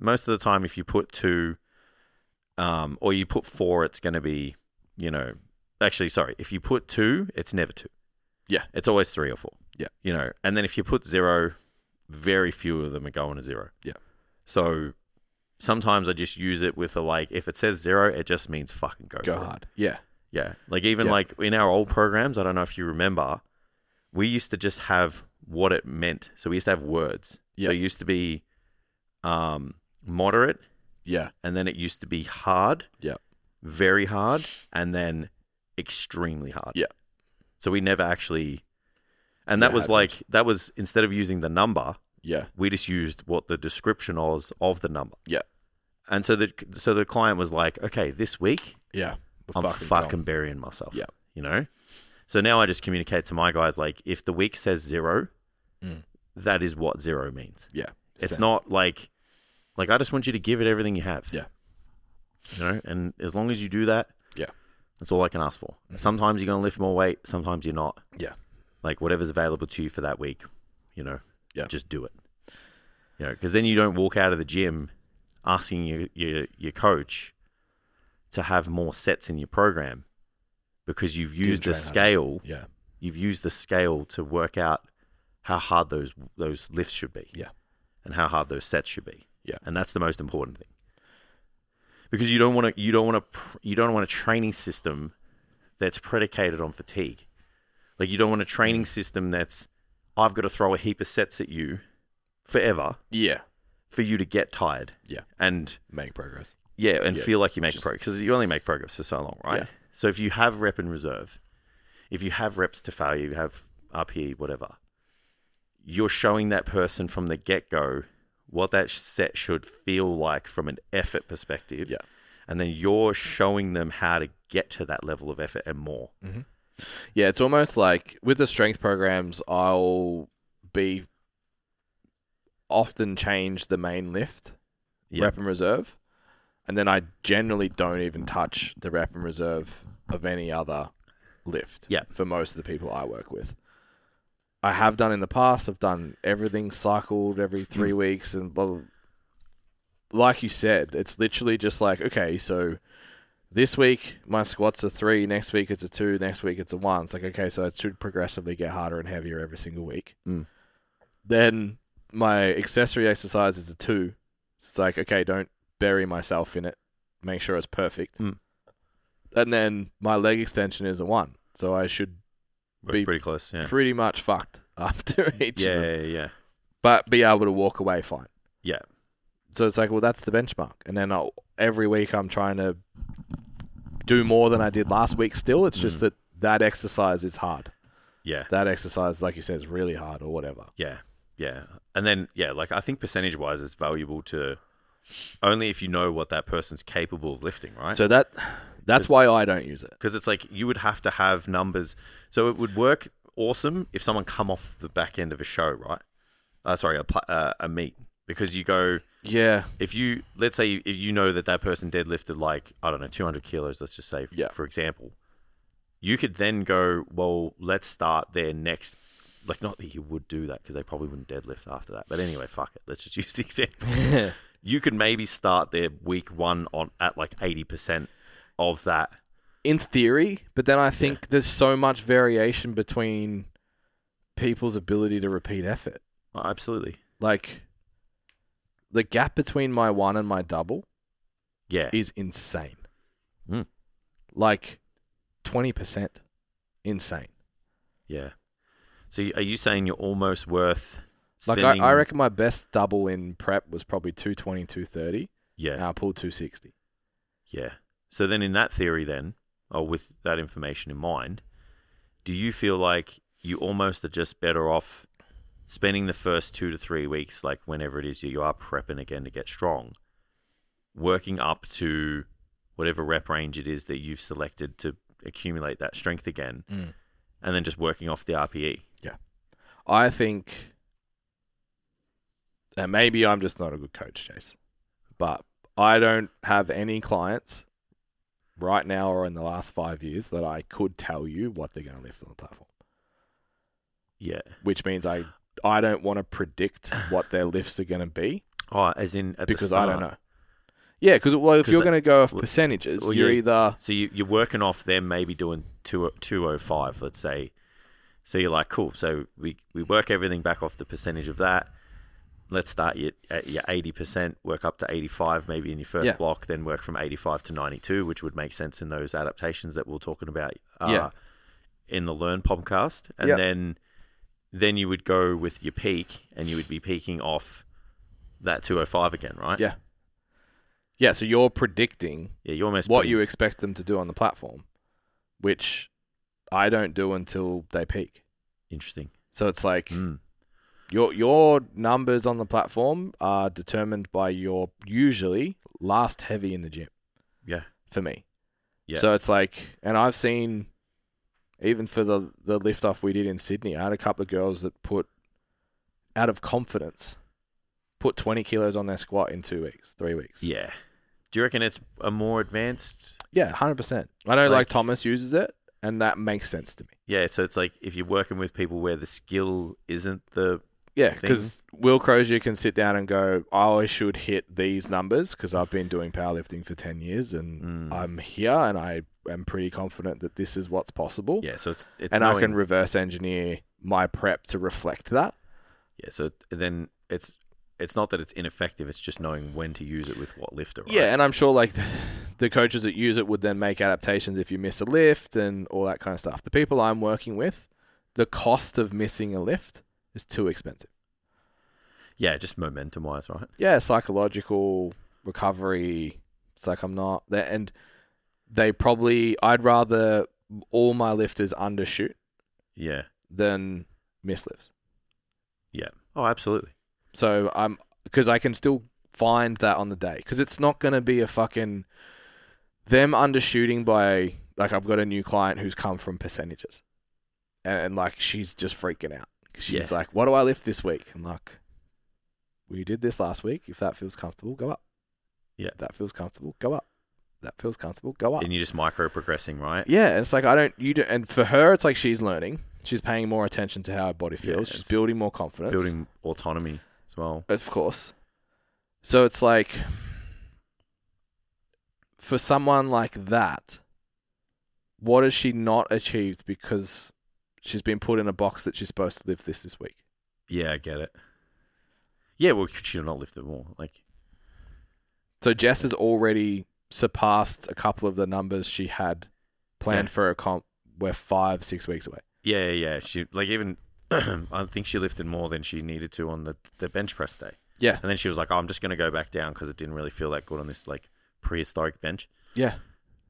most of the time, if you put two, um, or you put four, it's going to be, you know, actually, sorry, if you put two, it's never two. Yeah. It's always three or four. Yeah. You know, and then if you put zero, very few of them are going to zero. Yeah. So sometimes I just use it with a like, if it says zero, it just means fucking go, Go for it. hard. Yeah. Yeah. Like even Yeah. like in our old programs, I don't know if you remember, we used to just have what it meant. So we used to have words. Yeah. So it used to be um moderate Yeah. and then it used to be hard. Yeah. Very hard and then extremely hard. Yeah. So we never actually and Yeah, that was had like that was instead of using the number, Yeah. we just used what the description was of the number. Yeah. And so the so the client was like, okay, this week Yeah. We're I'm fucking, fucking gone. burying myself. Yep. You know? So now I just communicate to my guys like if the week says zero, Mm. that is what zero means. Yeah. It's Same. not like like I just want you to give it everything you have. Yeah. You know, and as long as you do that, Yeah. Mm-hmm. That's all I can ask for. Sometimes you're gonna lift more weight, sometimes you're not. Yeah. Like whatever's available to you for that week, you know. Yeah. Just do it. You know, because then you don't walk out of the gym asking your, your your coach to have more sets in your program because you've used the train hard enough. scale Yeah. you've used the scale to work out how hard those those lifts should be. Yeah. And how hard those sets should be. Yeah. And that's the most important thing. Because you don't want to you don't want to you don't want a training system that's predicated on fatigue. Like you don't want a training system that's I've got to throw a heap of sets at you forever Yeah. for you to get tired. Yeah. And Make progress. yeah, and Yeah, feel like you make just- progress because you only make progress for so long, right? Yeah. So if you have rep in reserve, if you have reps to failure, you have RPE, whatever, you're showing that person from the get go what that set should feel like from an effort perspective. Yeah. And then you're showing them how to get to that level of effort and more. Mm. Yeah, it's almost like with the strength programs, I'll be often change the main lift, Yeah. rep and reserve, and then I generally don't even touch the rep and reserve of any other lift. Yeah. for most of the people I work with, I have done in the past. I've done everything cycled every three weeks and blah. blah. Like you said, it's literally just like okay, so this week my squats are three, next week it's a two, next week it's a one. It's like okay, so it should progressively get harder and heavier every single week. Mm. Then my accessory exercise is a two. It's like okay, don't bury myself in it. Make sure it's perfect. Mm. And then my leg extension is a one, so I should We're Be- pretty close. Yeah. pretty much fucked after each. yeah, Of them, yeah, yeah. but be able to walk away fine. Yeah. So it's like, well, that's the benchmark. And then I'll, every week I'm trying to do more than I did last week. Still, it's just Mm. that that exercise is hard. Yeah. That exercise, like you said, is really hard or whatever. Yeah, yeah, and then yeah, like I think percentage wise, it's valuable to only if you know what that person's capable of lifting, right? So that that's Just- why I don't use it. Because it's like you would have to have numbers, so it would work awesome if someone come off the back end of a show, right? Uh, sorry, a pla- uh, a meet because you go Yeah, if you let's say if you know that that person deadlifted like I don't know 200 kilos, let's just say Yeah. for example, you could then go well, let's start their next like not that you would do that because they probably wouldn't deadlift after that. But anyway, fuck it. Let's just use the example. You could maybe start their week one on at like eighty percent of that. in theory, but then I think there's so much variation between people's ability to repeat effort. Oh, absolutely. Like the gap between my one and my double Yeah. is insane. Mm. Like 20% insane. Yeah. So you- are you saying you're almost worth? Like Spending, I, I reckon my best double in prep was probably 220, 230, and Yeah. I pulled 260. Yeah. So then, in that theory, then, or with that information in mind, do you feel like you almost are just better off spending the first two to three weeks, like whenever it is that you are prepping again to get strong, working up to whatever rep range it is that you've selected to accumulate that strength again, Mm. and then just working off the E? RPE? I think, and maybe I'm just not a good coach, Chase, but I don't have any clients right now or in the last five years that I could tell you what they're going to lift on the platform, Yeah. which means I I don't want to predict what their lifts are going to be Oh, as in at the because I don't start. know. Yeah, because well, if 'Cause you're that- going to go off well, percentages, well, you're yeah. either So you, you're working off them maybe doing two, 205, let's say. So you're like, cool. So we, we work everything back off the percentage of that. Let's start your, at your 80%, work up to 85 maybe in your first Yeah. block, then work from 85 to 92, which would make sense in those adaptations that we're talking about uh, Yeah. in the Learn podcast. And Yeah. then then you would go with your peak and you would be peaking off that 205 again, right? Yeah. yeah, so you're predicting Yeah, you almost what putting- you expect them to do on the platform, which I don't do until they peak. Interesting. So it's like Mm. your your numbers on the platform are determined by your usually last heavy in the gym Yeah. for me. Yeah. So it's like, and I've seen even for the the lift off we did in Sydney, I had a couple of girls that put out of confidence put 20 kilos on their squat in two weeks, three weeks. Yeah. Do you reckon it's a more advanced? Yeah, 100%. I know like, Like- Thomas uses it, and that makes sense to me. Yeah, so it's like if you're working with people where the skill isn't the Yeah, because Will Crozier can sit down and go, I should hit these numbers because I've been doing powerlifting for 10 years and Mm. I'm here and I am pretty confident that this is what's possible. yeah, so it's it's and I knowing- can reverse engineer my prep to reflect that. yeah, so then it's it's not that it's ineffective, it's just knowing when to use it with what lifter. Right? Yeah, and I'm sure like the coaches that use it would then make adaptations if you miss a lift and all that kind of stuff. The people I'm working with, the cost of missing a lift is too expensive. yeah, just momentum wise, right? yeah, psychological recovery. It's like I'm not there, and they probably. I'd rather all my lifters undershoot Yeah, than miss lifts. yeah. Oh, absolutely. So I'm because I can still find that on the day because it's not going to be a fucking them undershooting by like I've got a new client who's come from percentages, and, and like she's just freaking out. She's Yeah. like, "What do I lift this week?" I'm like, "We did this last week. If that feels comfortable, go up. Yeah. If that feels comfortable, go up. That feels comfortable, go up." And you're just micro progressing, right? Yeah, it's like I don't you don't, and for her it's like she's learning. She's paying more attention to how her body Yeah, feels. she's it's building more confidence. Building autonomy as well. Of course. So it's like for someone like that, what has she not achieved because she's been put in a box that she's supposed to live this this week? Yeah, I get it. Yeah, well, could you not lift it more? Like, So Jess has already surpassed a couple of the numbers she had planned Yeah. for a comp. We're five, six weeks away. yeah, yeah. She like even I think she lifted more than she needed to on the the bench press day. Yeah. And then she was like, oh, I'm just going to go back down because it didn't really feel that good on this like prehistoric bench. Yeah.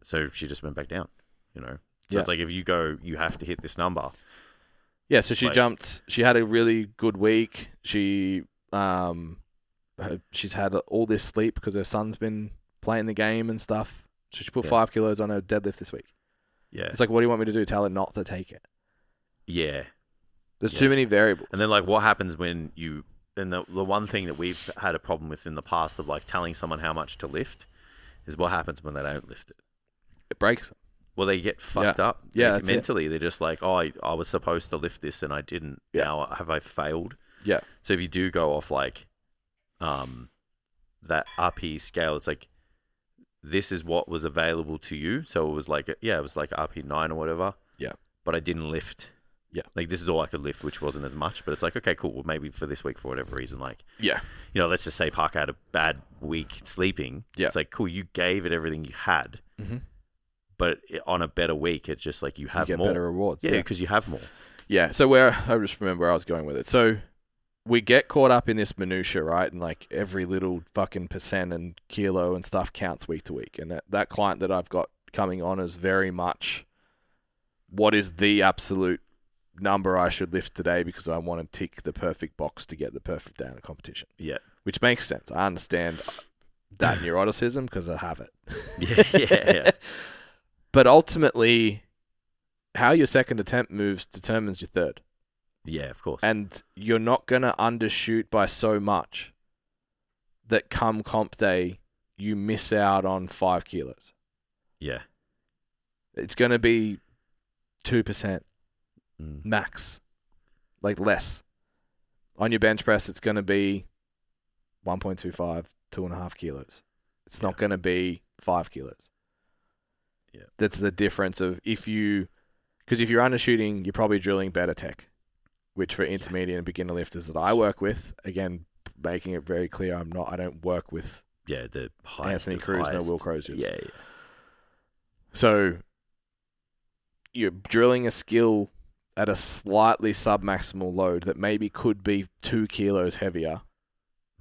So she just went back down, you know? So Yeah. it's like if you go, you have to hit this number. Yeah, so she Like- jumped. She had a really good week. She um, her- she's had all this sleep because her son's been playing the game and stuff. So she put Yeah. five kilos on her deadlift this week. Yeah. It's like, what do you want me to do? Tell her not to take it. yeah. There's Yeah. too many variables. And then like what happens when you, and the, the one thing that we've had a problem with in the past of like telling someone how much to lift is what happens when they don't lift it. It breaks. well, they get fucked Yeah. up. Yeah, Like, that's it. mentally, they're just like, oh, I, I was supposed to lift this and I didn't. Yeah. Now have I failed? Yeah. So if you do go off like, um, that RP scale, it's like this is what was available to you. So it was like, yeah, it was like RP nine or whatever. Yeah. But I didn't lift. Yeah. Like this is all I could lift, which wasn't as much. But it's like, okay, cool. Well, maybe for this week, for whatever reason, like Yeah. you know, let's just say Parker had a bad week sleeping. Yeah. It's like, cool, you gave it everything you had, Mm-hmm. but it- on a better week, it's just like you You have get more. better rewards. yeah, because you have more. Yeah. So where I just remember where I was going with it. So we get caught up in this minutia, right? And like every little fucking percent and kilo and stuff counts week to week. And that, that client that I've got coming on is very much what is the absolute number I should lift today because I want to tick the perfect box to get the perfect day in the competition. Yeah. Which makes sense. I understand that neuroticism because I have it. Yeah, yeah, yeah. But ultimately, how your second attempt moves determines your third. yeah, of course. And you're not going to undershoot by so much that come comp day, you miss out on five kilos. yeah. It's going to be 2% Mm. max, like less. On your bench press, it's going to be 1.25, 2.5 kilos. It's not going to be 5 kilos. Yeah. That's the difference of if you, because if you're undershooting, you're probably drilling better tech, which for intermediate and beginner lifters that I work with, again, making it very clear, I'm not, I don't work with Yeah, the highest. Anthony of Cruz, no highest. Will Croziers. Yeah, yeah. So you're drilling a skill at a slightly submaximal load that maybe could be two kilos heavier,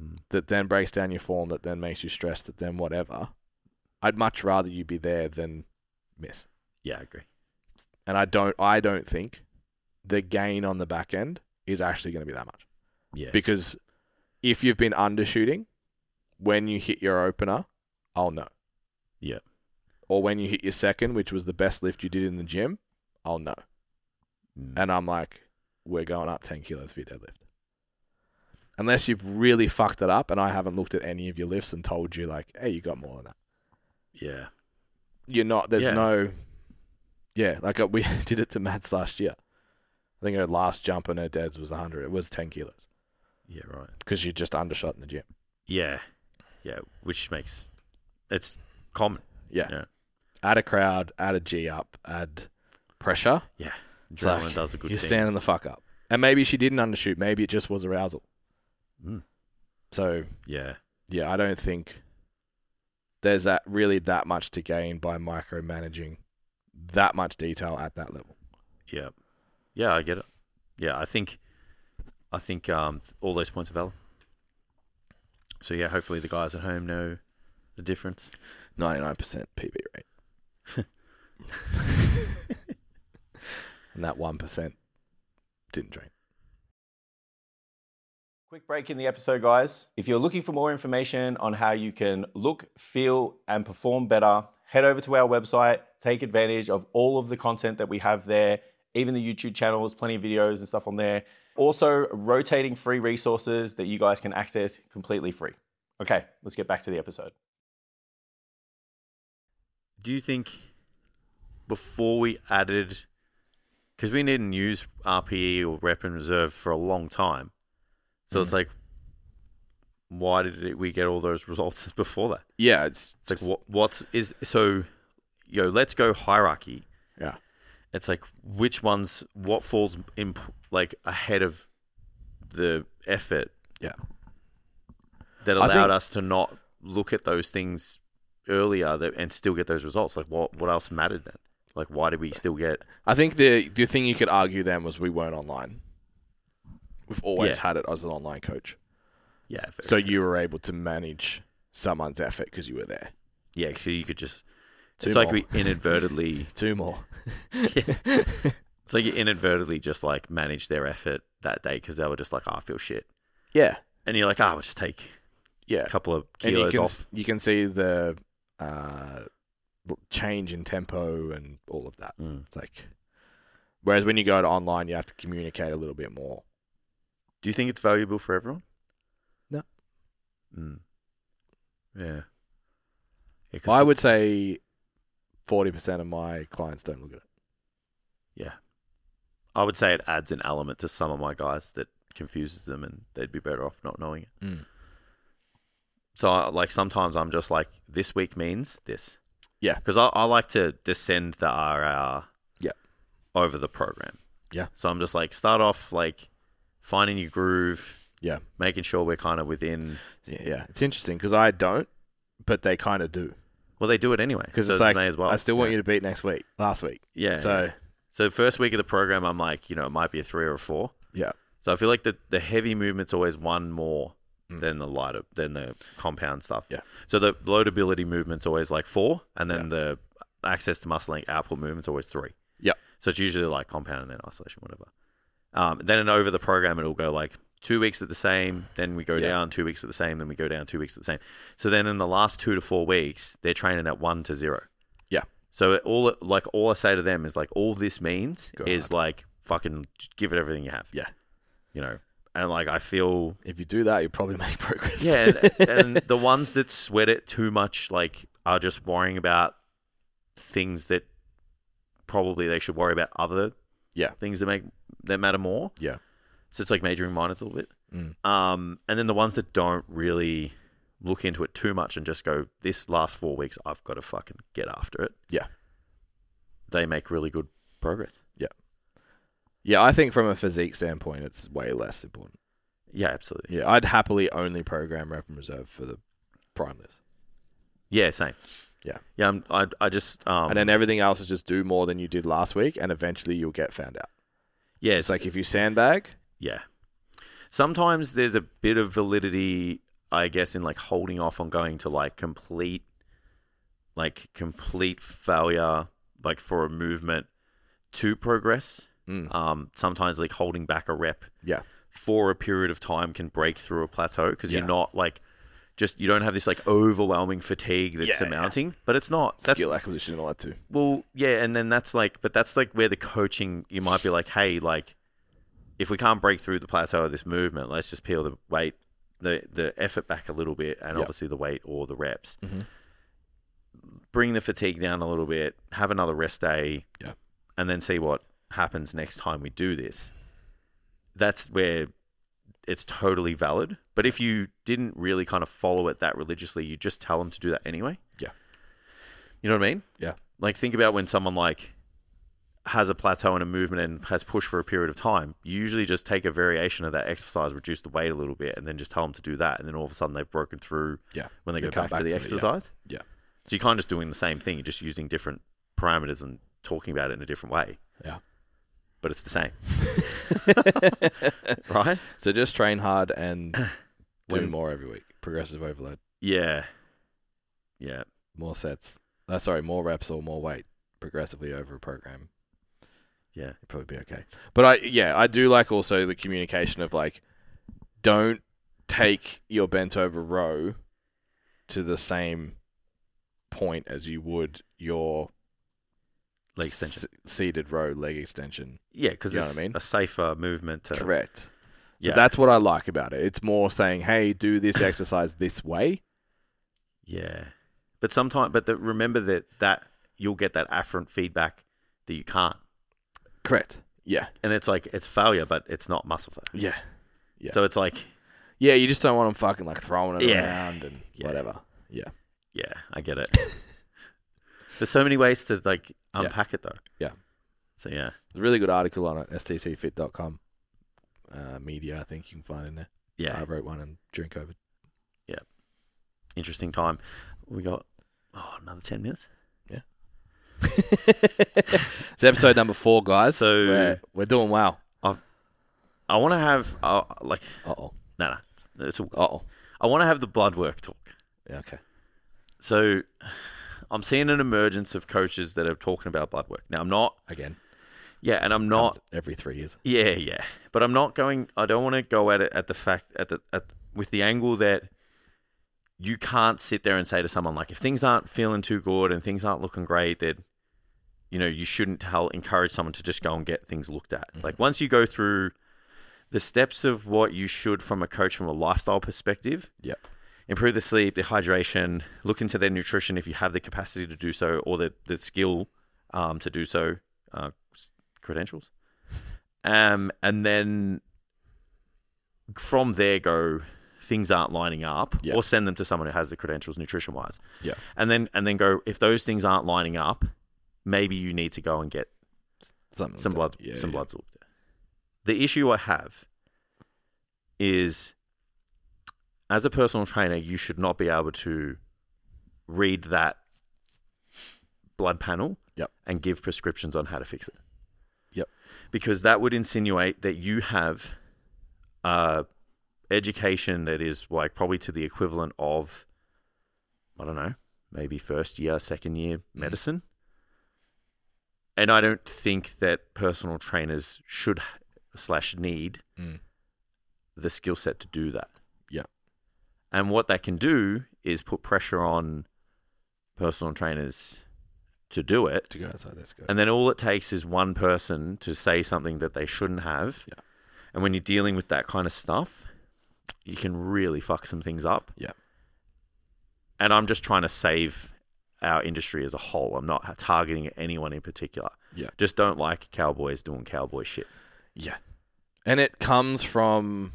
Mm. that then breaks down your form, that then makes you stressed, that then whatever. I'd much rather you be there than miss. Yeah, I agree. And I don't I don't think the gain on the back end is actually going to be that much. Yeah. Because if you've been undershooting, when you hit your opener, I'll know. Yeah. Or when you hit your second, which was the best lift you did in the gym, I'll know. Mm. And I'm like, we're going up 10 kilos for your deadlift. Unless you've really fucked it up and I haven't looked at any of your lifts and told you, like, hey, you got more than that. yeah. You're not, there's Yeah. no, yeah, like uh, we did it to Mads last year. I think her last jump and her deads was 100. It was 10 kilos Yeah, right. because you just undershot in the gym. Yeah. Yeah, which makes it's common. Yeah. Yeah. Add a crowd, add a G up, add pressure. It's Adrenaline like, does a good You're thing. standing the fuck up. And maybe she didn't undershoot. Maybe it just was arousal. Hmm. Mm. So, Yeah. yeah, I don't think there's that really that much to gain by micromanaging that much detail at that level. Yeah. Yeah, I get it. Yeah, I think I think um, all those points are valid. So yeah, hopefully the guys at home know the difference. 99% PB rate. and that 1% didn't train. Quick break in the episode, guys. If you're looking for more information on how you can look, feel, and perform better, head over to our website. Take advantage of all of the content that we have there, even the YouTube channels, plenty of videos and stuff on there. Also, rotating free resources that you guys can access completely free. Okay, let's get back to the episode. Do you think before we added, because we didn't use RPE or rep and reserve for a long time, so it's like, why did it- we get all those results before that? Yeah, it's, It's like, what what's is so, yo, let's go hierarchy. Yeah. It's like which ones, what falls in p- like ahead of the effort yeah. that I allowed think- us to not look at those things earlier that, and still get those results. Like, what what else mattered then? Like, why did we still get? I think the the thing you could argue then was we weren't online. We've always Yeah. had it as an online coach, Yeah. very so true. you were able to manage someone's effort because you were there. yeah, so you could just. Two it's more. like we inadvertently. Two more. It's like you inadvertently just like managed their effort that day because they were just like, "Oh, I feel shit. Yeah, And you're like, ah, we'll just take yeah. a couple of And you kilos can off. you can see the uh, change in tempo and all of that. Mm. It's like, whereas when you go to online, you have to communicate a little bit more. Do you think it's valuable for everyone? No. Mm. Yeah. Yeah, 'cause I some- would say forty percent of my clients don't look at it. Yeah. I would say it adds an element to some of my guys that confuses them and they'd be better off not knowing it. Mm. So, I, like, sometimes I'm just like, this week means this. Yeah. Because I, I like to descend the RR Yeah. over the program. Yeah. So I'm just like, start off like finding your groove, Yeah, making sure we're kind of within. yeah, yeah. It's interesting because I don't, but they kind of do Well, they do it anyway. because so it's like may as well. I still want you to beat next week, last week. Yeah. so So first week of the program, I'm like, you know, it might be a three or a four. Yeah. So I feel like the the heavy movement's always one more than the lighter than the compound stuff. Mm. Yeah. So the loadability movement's always like four, and then the access to muscle link output movement's always three. Yep. So it's usually like compound and then isolation, whatever. Um, then and over the program, it'll go like two weeks at the same, then we go Yeah. down two weeks at the same, then we go down two weeks at the same. So then in the last two to four weeks, they're training at one to zero. Yeah. So it, all like all I say to them is like all this means Go is like fucking just give it everything you have. Yeah. You know, and like I feel if you do that, you probably make progress. yeah, and, and the ones that sweat it too much like are just worrying about things that probably they should worry about other Yeah. things that make that matter more. Yeah. So it's like majoring minors a little bit. Mm. Um, and then the ones that don't really look into it too much and just go, this last four weeks, I've got to fucking get after it. Yeah. They make really good progress. yeah. I think from a physique standpoint, it's way less important. Yeah, absolutely. Yeah, I'd happily only program rep and reserve for the prime list, Yeah, same. Yeah. Yeah, I'm, I, I just, um, and then everything else is just do more than you did last week, and eventually you'll get found out. yeah, It's like if you sandbag, Yeah. Sometimes there's a bit of validity, I guess, in like holding off on going to like complete, like complete failure, like for a movement to progress. Mm. Um, sometimes like holding back a rep yeah, for a period of time can break through a plateau because Yeah. you're not like just you don't have this like overwhelming fatigue that's Yeah, yeah. surmounting, but it's not. That's skill acquisition and all that too. well, yeah, and then that's like, but that's like where the coaching, you might be like, hey, like, if we can't break through the plateau of this movement, let's just peel the weight, the the effort back a little bit, and Yeah. obviously the weight or the reps. Mhm. Bring the fatigue down a little bit, have another rest day, Yeah. and then see what happens next time we do this. That's where it's totally valid. But if you didn't really kind of follow it that religiously, you just tell them to do that anyway. Yeah. You know what I mean? Yeah. Like think about when someone like has a plateau in a movement and has pushed for a period of time. You usually just take a variation of that exercise, reduce the weight a little bit, and then just tell them to do that, and then all of a sudden they've broken through Yeah, when they, They go come back, back to the to it, yeah. exercise. Yeah. So you're kind of just doing the same thing, you're just using different parameters and talking about it in a different way. Yeah. But it's the same, right? so just train hard and do When- more every week. Progressive overload, Yeah. Yeah. more sets. Uh, sorry, more reps or more weight progressively over a program. Yeah. You'd probably be okay. But I, yeah, I do like also the communication of like, don't take your bent over row to the same point as you would your Leg extension. s- seated row leg extension. Yeah, because You know it's what I mean? a safer movement to Correct. So Yeah. that's what I like about it. It's more saying, "Hey, do this exercise this way." Yeah, but sometimes, but the, remember that that you'll get that afferent feedback that you can't, Correct. Yeah. and it's like it's failure, but it's not muscle failure. Yeah. Yeah. So it's like, Yeah. You just don't want them fucking like throwing it Yeah. around and Yeah. whatever. Yeah. yeah, I get it. There's so many ways to like unpack it though. Yeah. So yeah, There's a really good article on it, stcfit.com. Uh, media, I think you can find in there. yeah, I wrote one and during COVID. interesting time. We got oh another ten minutes. It's episode number four, guys. So- we're, we're doing well. I want to have uh, like Uh oh. no no, it's, it's Uh oh. I want to have the blood work talk. Yeah, okay. So I'm seeing an emergence of coaches that are talking about blood work. Now I'm not Again. yeah, and I'm not Comes every three years. Yeah, yeah. But I'm not going. I don't want to go at it at the fact at the at with the angle that you can't sit there and say to someone like, if things aren't feeling too good and things aren't looking great, that you know you shouldn't tell encourage someone to just go and get things looked at. Like once you go through the steps of what you should from a coach from a lifestyle perspective, Yep. improve the sleep, the hydration, look into their nutrition if you have the capacity to do so or the, the skill um, to do so, uh, s- credentials. Um, and then from there, go things aren't lining up Yeah. or send them to someone who has the credentials nutrition wise. Yeah. And then, and then go, if those things aren't lining up, maybe you need to go and get Something some like blood, that. Yeah, some yeah. blood sort. The issue I have is, as a personal trainer, you should not be able to read that blood panel Yep. and give prescriptions on how to fix it. Yep. Because that would insinuate that you have uh, education that is like probably to the equivalent of, I don't know, maybe first year, second year Mm. medicine and I don't think that personal trainers should slash need Mm. the skill set to do that. Yeah. And what that can do is put pressure on personal trainers to do it. To go outside, let's go. And then all it takes is one person to say something that they shouldn't have. Yeah. And when you're dealing with that kind of stuff, you can really fuck some things up. Yeah. And I'm just trying to save our industry as a whole. I'm not targeting anyone in particular. Yeah. Just don't like cowboys doing cowboy shit. Yeah. And it comes from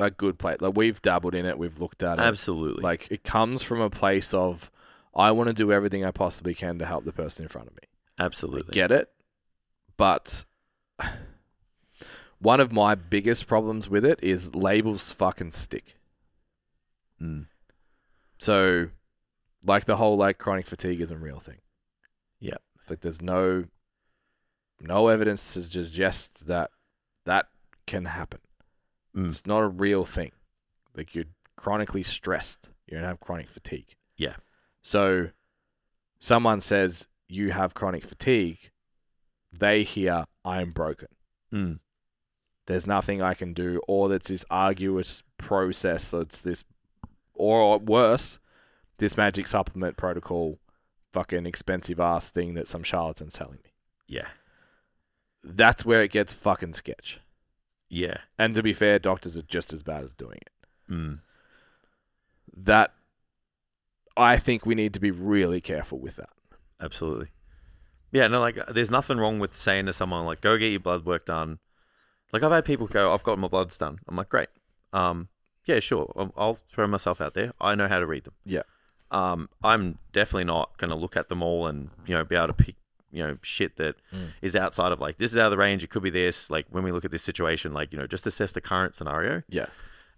a good place. Like we've dabbled in it, we've looked at it. Absolutely. Like it comes from a place of I want to do everything I possibly can to help the person in front of me. Absolutely. Get it? But one of my biggest problems with it is labels fucking stick. Mm. So like the whole like chronic fatigue isn't real thing. Yeah. Like there's no no evidence to suggest that that can happen. Mm. It's not a real thing. Like you're chronically stressed. You don't have chronic fatigue. Yeah. So someone says you have chronic fatigue, they hear I'm broken. Mm. There's nothing I can do, or that's this arduous process. So it's this, or worse, this magic supplement protocol, fucking expensive ass thing that some charlatan's selling me. Yeah. That's where it gets fucking sketch. Yeah. And to be fair, doctors are just as bad as doing it. Mm. that I think we need to be really careful with that. Absolutely. Yeah, no, like there's nothing wrong with saying to someone like, "Go get your blood work done." Like I've had people go, "I've got my bloods done." I'm like, "Great, um, yeah, sure, I'll, I'll throw myself out there. I know how to read them." Yeah. um, I'm definitely not going to look at them all and you know be able to pick you know shit that is outside of like this is out of the range. It could be this. Like when we look at this situation, like you know just assess the current scenario Yeah.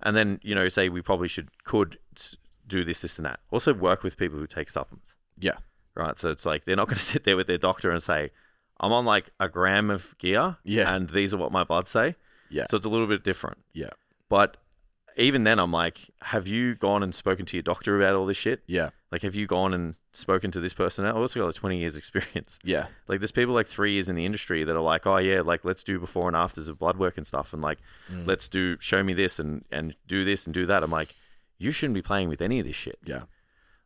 and then you know say we probably should could s- do this, this, and that. Also work with people who take supplements Yeah. Yeah. and these are what my bloods say." Yeah. So it's a little bit different, Yeah. but even then, I'm like, "Have you gone and spoken to your doctor about all this shit? Yeah. Like, have you gone and spoken to this person? I also got like 20 years experience. Yeah. Like, there's people like three years in the industry that are like, "Oh yeah, like let's do before and afters of blood work and stuff, and like Mm. let's do show me this and and do this and do that." I'm like, "You shouldn't be playing with any of this shit." Yeah.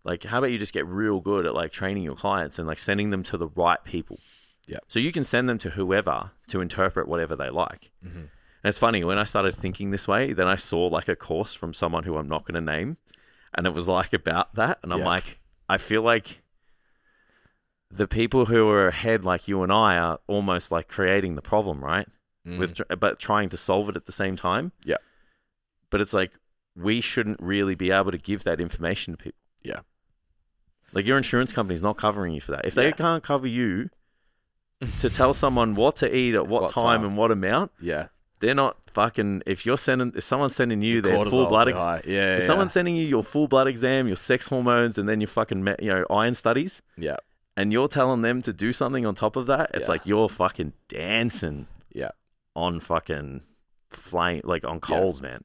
Like, how about you just get real good at like training your clients and like sending them to the right people? Yeah. So you can send them to whoever to interpret whatever they like. Mm-hmm. And it's funny when I started thinking this way, then I saw like a course from someone who I'm not going to name, and it was like about that, and I'm Yeah. like, I feel like the people who are ahead, like you and I, are almost like creating the problem, right? Mm. Mm-hmm. With tr- but trying to solve it at the same time. Yeah. But it's like we shouldn't really be able to give that information to people. Yeah. Like your insurance company's not covering you for that. If they Yeah. can't cover you to tell someone what to eat at what, What time, time. and what amount, Yeah. they're not fucking. If you're sending, if someone's sending you their Cortisol's full blood, so ex- high. Yeah. if yeah. someone's sending you your full blood exam, your sex hormones, and then your fucking me- you know iron studies, Yeah. and you're telling them to do something on top of that, it's Yeah. like you're fucking dancing Yeah. on fucking flame, like on coals, man.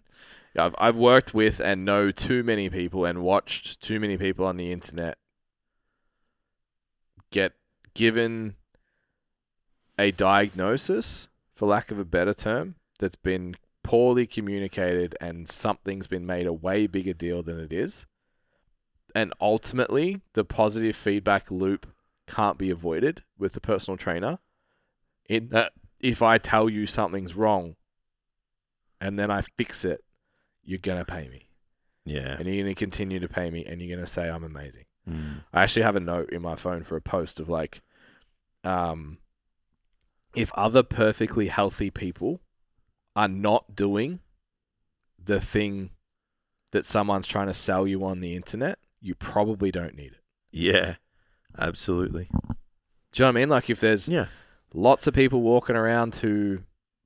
Yeah, I've, I've worked with and know too many people and watched too many people on the internet get given a diagnosis, for lack of a better term, that's been poorly communicated and something's been made a way bigger deal than it is. And ultimately, the positive feedback loop can't be avoided with the personal trainer. In that, if I tell you something's wrong and then I fix it, you're gonna pay me. Yeah. and you're going to continue to pay me and you're going to say I'm amazing. Mm. I actually have a note in my phone for a post of like, um, if other perfectly healthy people are not doing the thing that someone's trying to sell you on the internet, you probably don't need it. Yeah. Absolutely. Do you know what I mean? Like if there's Yeah. lots of people walking around who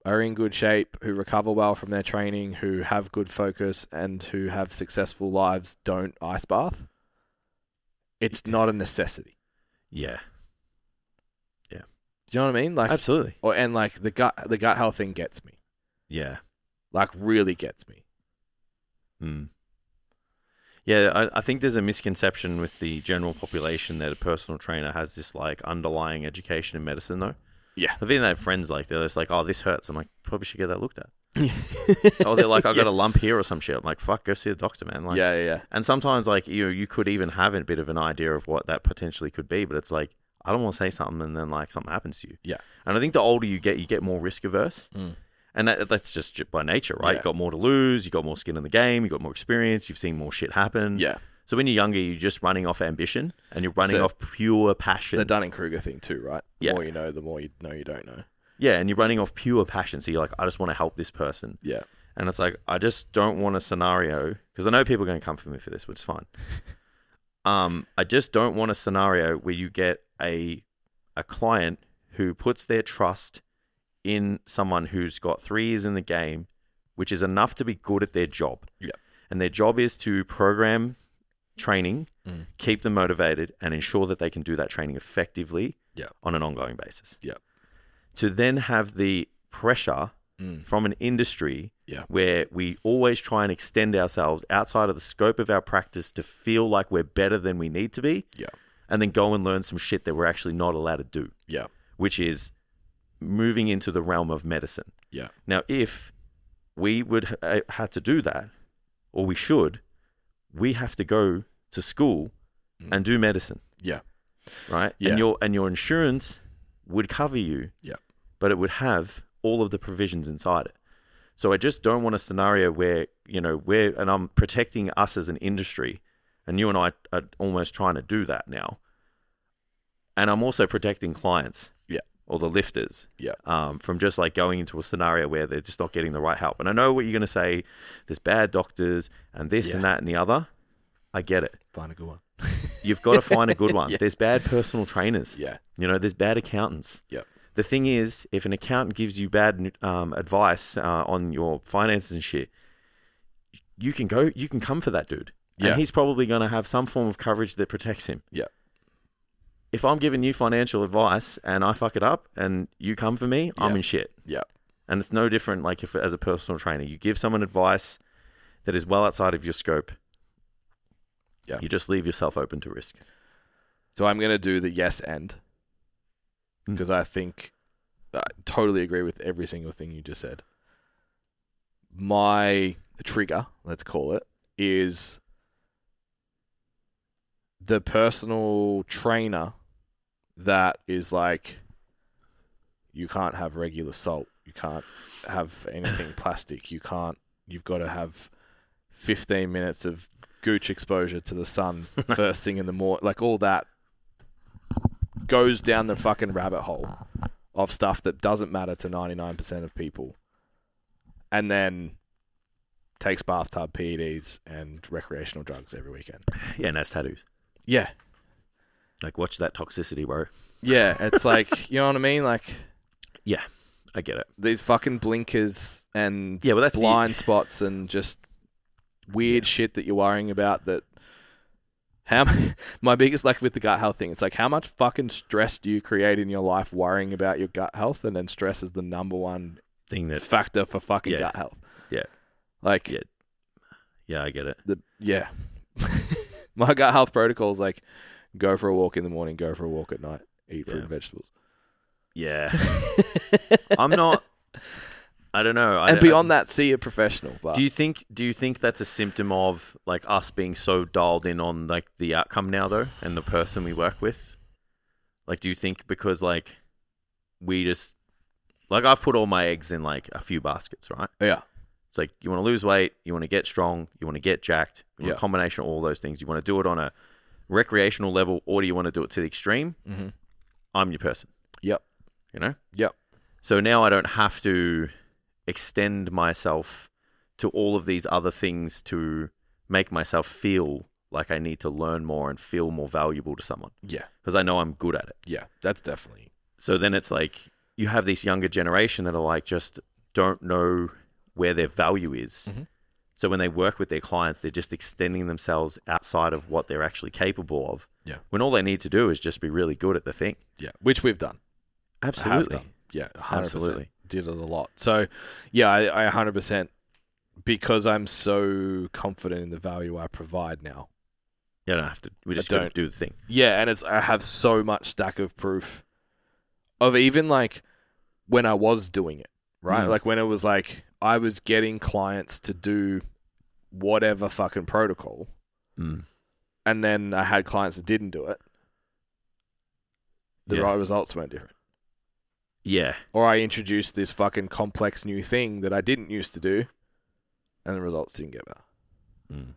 are in good shape, who recover well from their training, who have good focus, and who have successful lives don't ice bath. It's not a necessity. Yeah. Do you know what I mean? Like, Absolutely. or, and like the gut, the gut health thing gets me. Yeah. Like, really gets me. Mm. Yeah, I, I think there's a misconception with the general population that a personal trainer has this like underlying education in medicine, though. Yeah. I've even had friends like they're just like, "Oh, this hurts." I'm like, probably should get that looked at. Or they're like, "I got a lump here or some shit." I'm like, "Fuck, go see the doctor, man." Like, yeah, yeah, yeah. And sometimes like you, you could even have a bit of an idea of what that potentially could be, but it's like I don't want to say something and then like something happens to you. Yeah. And I think the older you get, you get more risk averse. Mm. And that, that's just j- by nature, right? Yeah. You've got more to lose, you've got more skin in the game, you've got more experience, you've seen more shit happen. Yeah, So when you're younger, you're just running off ambition and you're running So- off pure passion. the Dunning Kruger thing too, right? The Yeah. more you know, the more you know you don't know. yeah, and you're running off pure passion. So you're like, I just want to help this person. Yeah, And it's like, I just don't want a scenario because I know people are going to come for me for this, which is fine. um, I just don't want a scenario where you get a a client who puts their trust in someone who's got three years in the game, which is enough to be good at their job. Yeah. And their job is to program training, Mm. keep them motivated, and ensure that they can do that training effectively Yeah. on an ongoing basis. Yeah. To then have the pressure Mm. from an industry Yeah. where we always try and extend ourselves outside of the scope of our practice to feel like we're better than we need to be yeah, and then go and learn some shit that we're actually not allowed to do, yeah, which is moving into the realm of medicine. yeah, Now, if we would uh, had to do that, or we should, we have to go to school and do medicine, yeah, right? Yeah. And your and your insurance would cover you yeah. but it would have all of the provisions inside it. So I just don't want a scenario where, you know, we're, and I'm protecting us as an industry, and you and I are almost trying to do that now. And I'm also protecting clients Yeah. or the lifters Yeah. um, from just like going into a scenario where they're just not getting the right help. And I know what you're going to say there's bad doctors and this and Yeah. that and the other. I get it. Find a good one. You've got to find a good one. Yeah. There's bad personal trainers. Yeah, You know, there's bad accountants. Yep. The thing is, if an accountant gives you bad um, advice uh, on your finances and shit, you can go, you can come for that dude. Yeah. And he's probably going to have some form of coverage that protects him. Yep. If I'm giving you financial advice and I fuck it up and you come for me, I'm Yeah. in shit. yeah, And it's no different like if as a personal trainer, you give someone advice that is well outside of your scope. Yeah. You just leave yourself open to risk. So I'm gonna do the yes and Mm. because I think I totally agree with every single thing you just said. My trigger, let's call it, is the personal trainer that is like, you can't have regular salt, you can't have anything plastic, you can't, you've got to have 15 minutes of gooch exposure to the sun first thing in the morning, like all that goes down the fucking rabbit hole of stuff that doesn't matter to 99% of people. And then takes bathtub PEDs and recreational drugs every weekend. Yeah, and that's tattoos. Yeah. Like watch that toxicity, bro. Yeah. It's like, you know what I mean? Like I get it. these fucking blinkers and Yeah, well, that's the- blind spots and just weird shit that you're worrying about that. How my biggest like with the gut health thing, it's like how much fucking stress do you create in your life worrying about your gut health, and then stress is the number one Thing that factor for fucking Yeah. gut health. Yeah. Like Yeah. Yeah, I get it. the yeah. My gut health protocol is like go for a walk in the morning, go for a walk at night, eat fruit Yeah. and vegetables. Yeah. I'm not I don't know. I and don't- beyond that, see a professional. But do you think do you think that's a symptom of like us being so dialed in on like the outcome now though and the person we work with? Like do you think because like we just like I've put all my eggs in like a few baskets, right? yeah. It's like you want to lose weight, you want to get strong, you want to get jacked, you want Yeah. a combination of all those things. You want to do it on a recreational level, or do you want to do it to the extreme? Mm-hmm. I'm your person. Yep. You know. Yep. So now I don't have to extend myself to all of these other things to make myself feel like I need to learn more and feel more valuable to someone Yeah. because I know I'm good at it. Yeah. That's definitely. So then it's like you have this younger generation that are like just don't know where their value is. Mhm. So when they work with their clients, they're just extending themselves outside of what they're actually capable of. Yeah. When all they need to do is just be really good at the thing. Yeah. Which we've done. I have Absolutely. done. Yeah, 100%. Absolutely. Did it a lot. So, yeah, I, I 100% because I'm so confident in the value I provide now. You don't have to. We I just don't don't. do the thing. Yeah, and it's I have so much stack of proof of even like when I was doing it, right? Mm. Like when it was like I was getting clients to do whatever fucking protocol Mm. and then I had clients that didn't do it. The Yeah. right results weren't different. Yeah. or I introduced this fucking complex new thing that I didn't used to do, and the results didn't get better. Mm.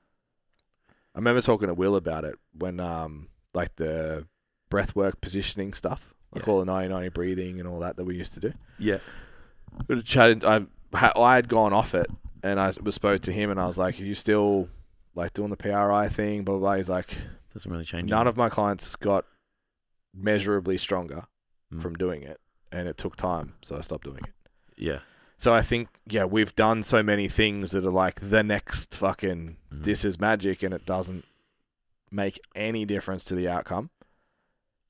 I remember talking to Will about it when, um, like the breathwork positioning stuff, like Yeah. all the 90 breathing and all that that we used to do. Yeah. We chatted. I ha- I had gone off it, and I was spoke to him, and I was like, "Are you still like doing the PRI thing?" Blah blah. blah. He's like, Doesn't really change. "None of my clients got measurably stronger Mm. from doing it, and it took time, so I stopped doing it." Yeah. So I think yeah, we've done so many things that are like the next fucking Mhm. this is magic and it doesn't make any difference to the outcome.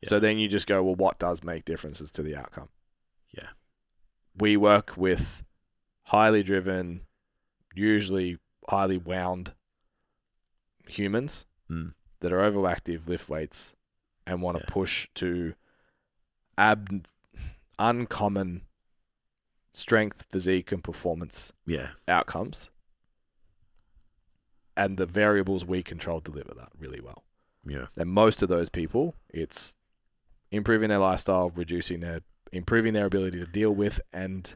So then you just go, well, what does make differences to the outcome? Yeah. We work with highly driven, usually highly wound humans Mm. that are overactive, lift weights, and want to Yeah. push to ab- uncommon strength, physique, and performance Yeah. outcomes. And the variables we control deliver that really well. Yeah. And most of those people, it's improving their lifestyle, reducing their, improving their ability to deal with and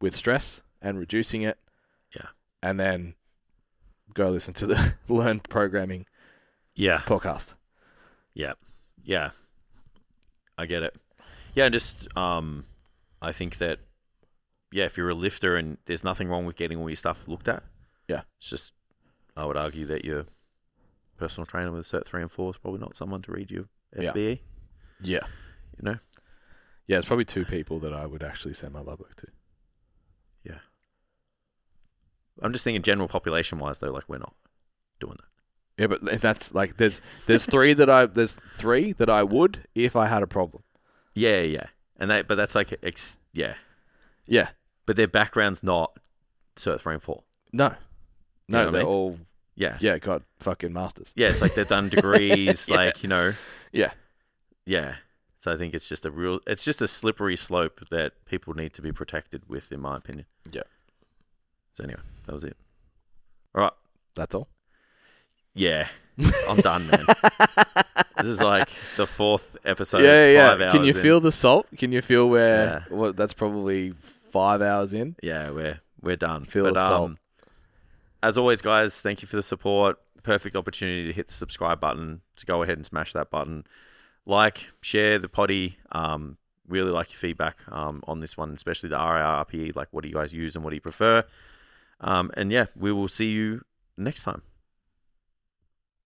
with stress and reducing it. Yeah. And then go listen to the Learn Programming Yeah. podcast. Yeah. I get it. Yeah, and just um I think that yeah, if you're a lifter and there's nothing wrong with getting all your stuff looked at. Yeah. It's just I would argue that your personal trainer with cert three and four is probably not someone to read your E. Yeah. FBE, you Yeah. know? Yeah, it's probably two people that I would actually send my love book to. I'm just thinking general population wise though, like we're not doing that. Yeah, but that's like there's there's three that I there's three that I would if I had a problem. Yeah, yeah. And that but that's like ex yeah. Yeah. But their background's not cert three and four. No. know No, what I they're mean? all Yeah. yeah, God, fucking masters. Yeah, it's like they've done degrees, Yeah. like, you know. Yeah. Yeah. So I think it's just a real it's just a slippery slope that people need to be protected with, in my opinion. Yeah. So anyway, that was it. That's all. Yeah. I'm done, man. This is like the fourth episode. yeah, yeah. Five hours Can you in. feel the salt? Can you feel where Yeah. well, that's probably five hours in? Yeah, we're we're done. um, Feel the salt. as always, guys, thank you for the support. Perfect opportunity to hit the subscribe button. To go ahead and smash that button. Like, share the potty. Um, really like your feedback um, on this one, especially the RIRPE. Like, what do you guys use and what do you prefer? Um, and yeah, we will see you next time.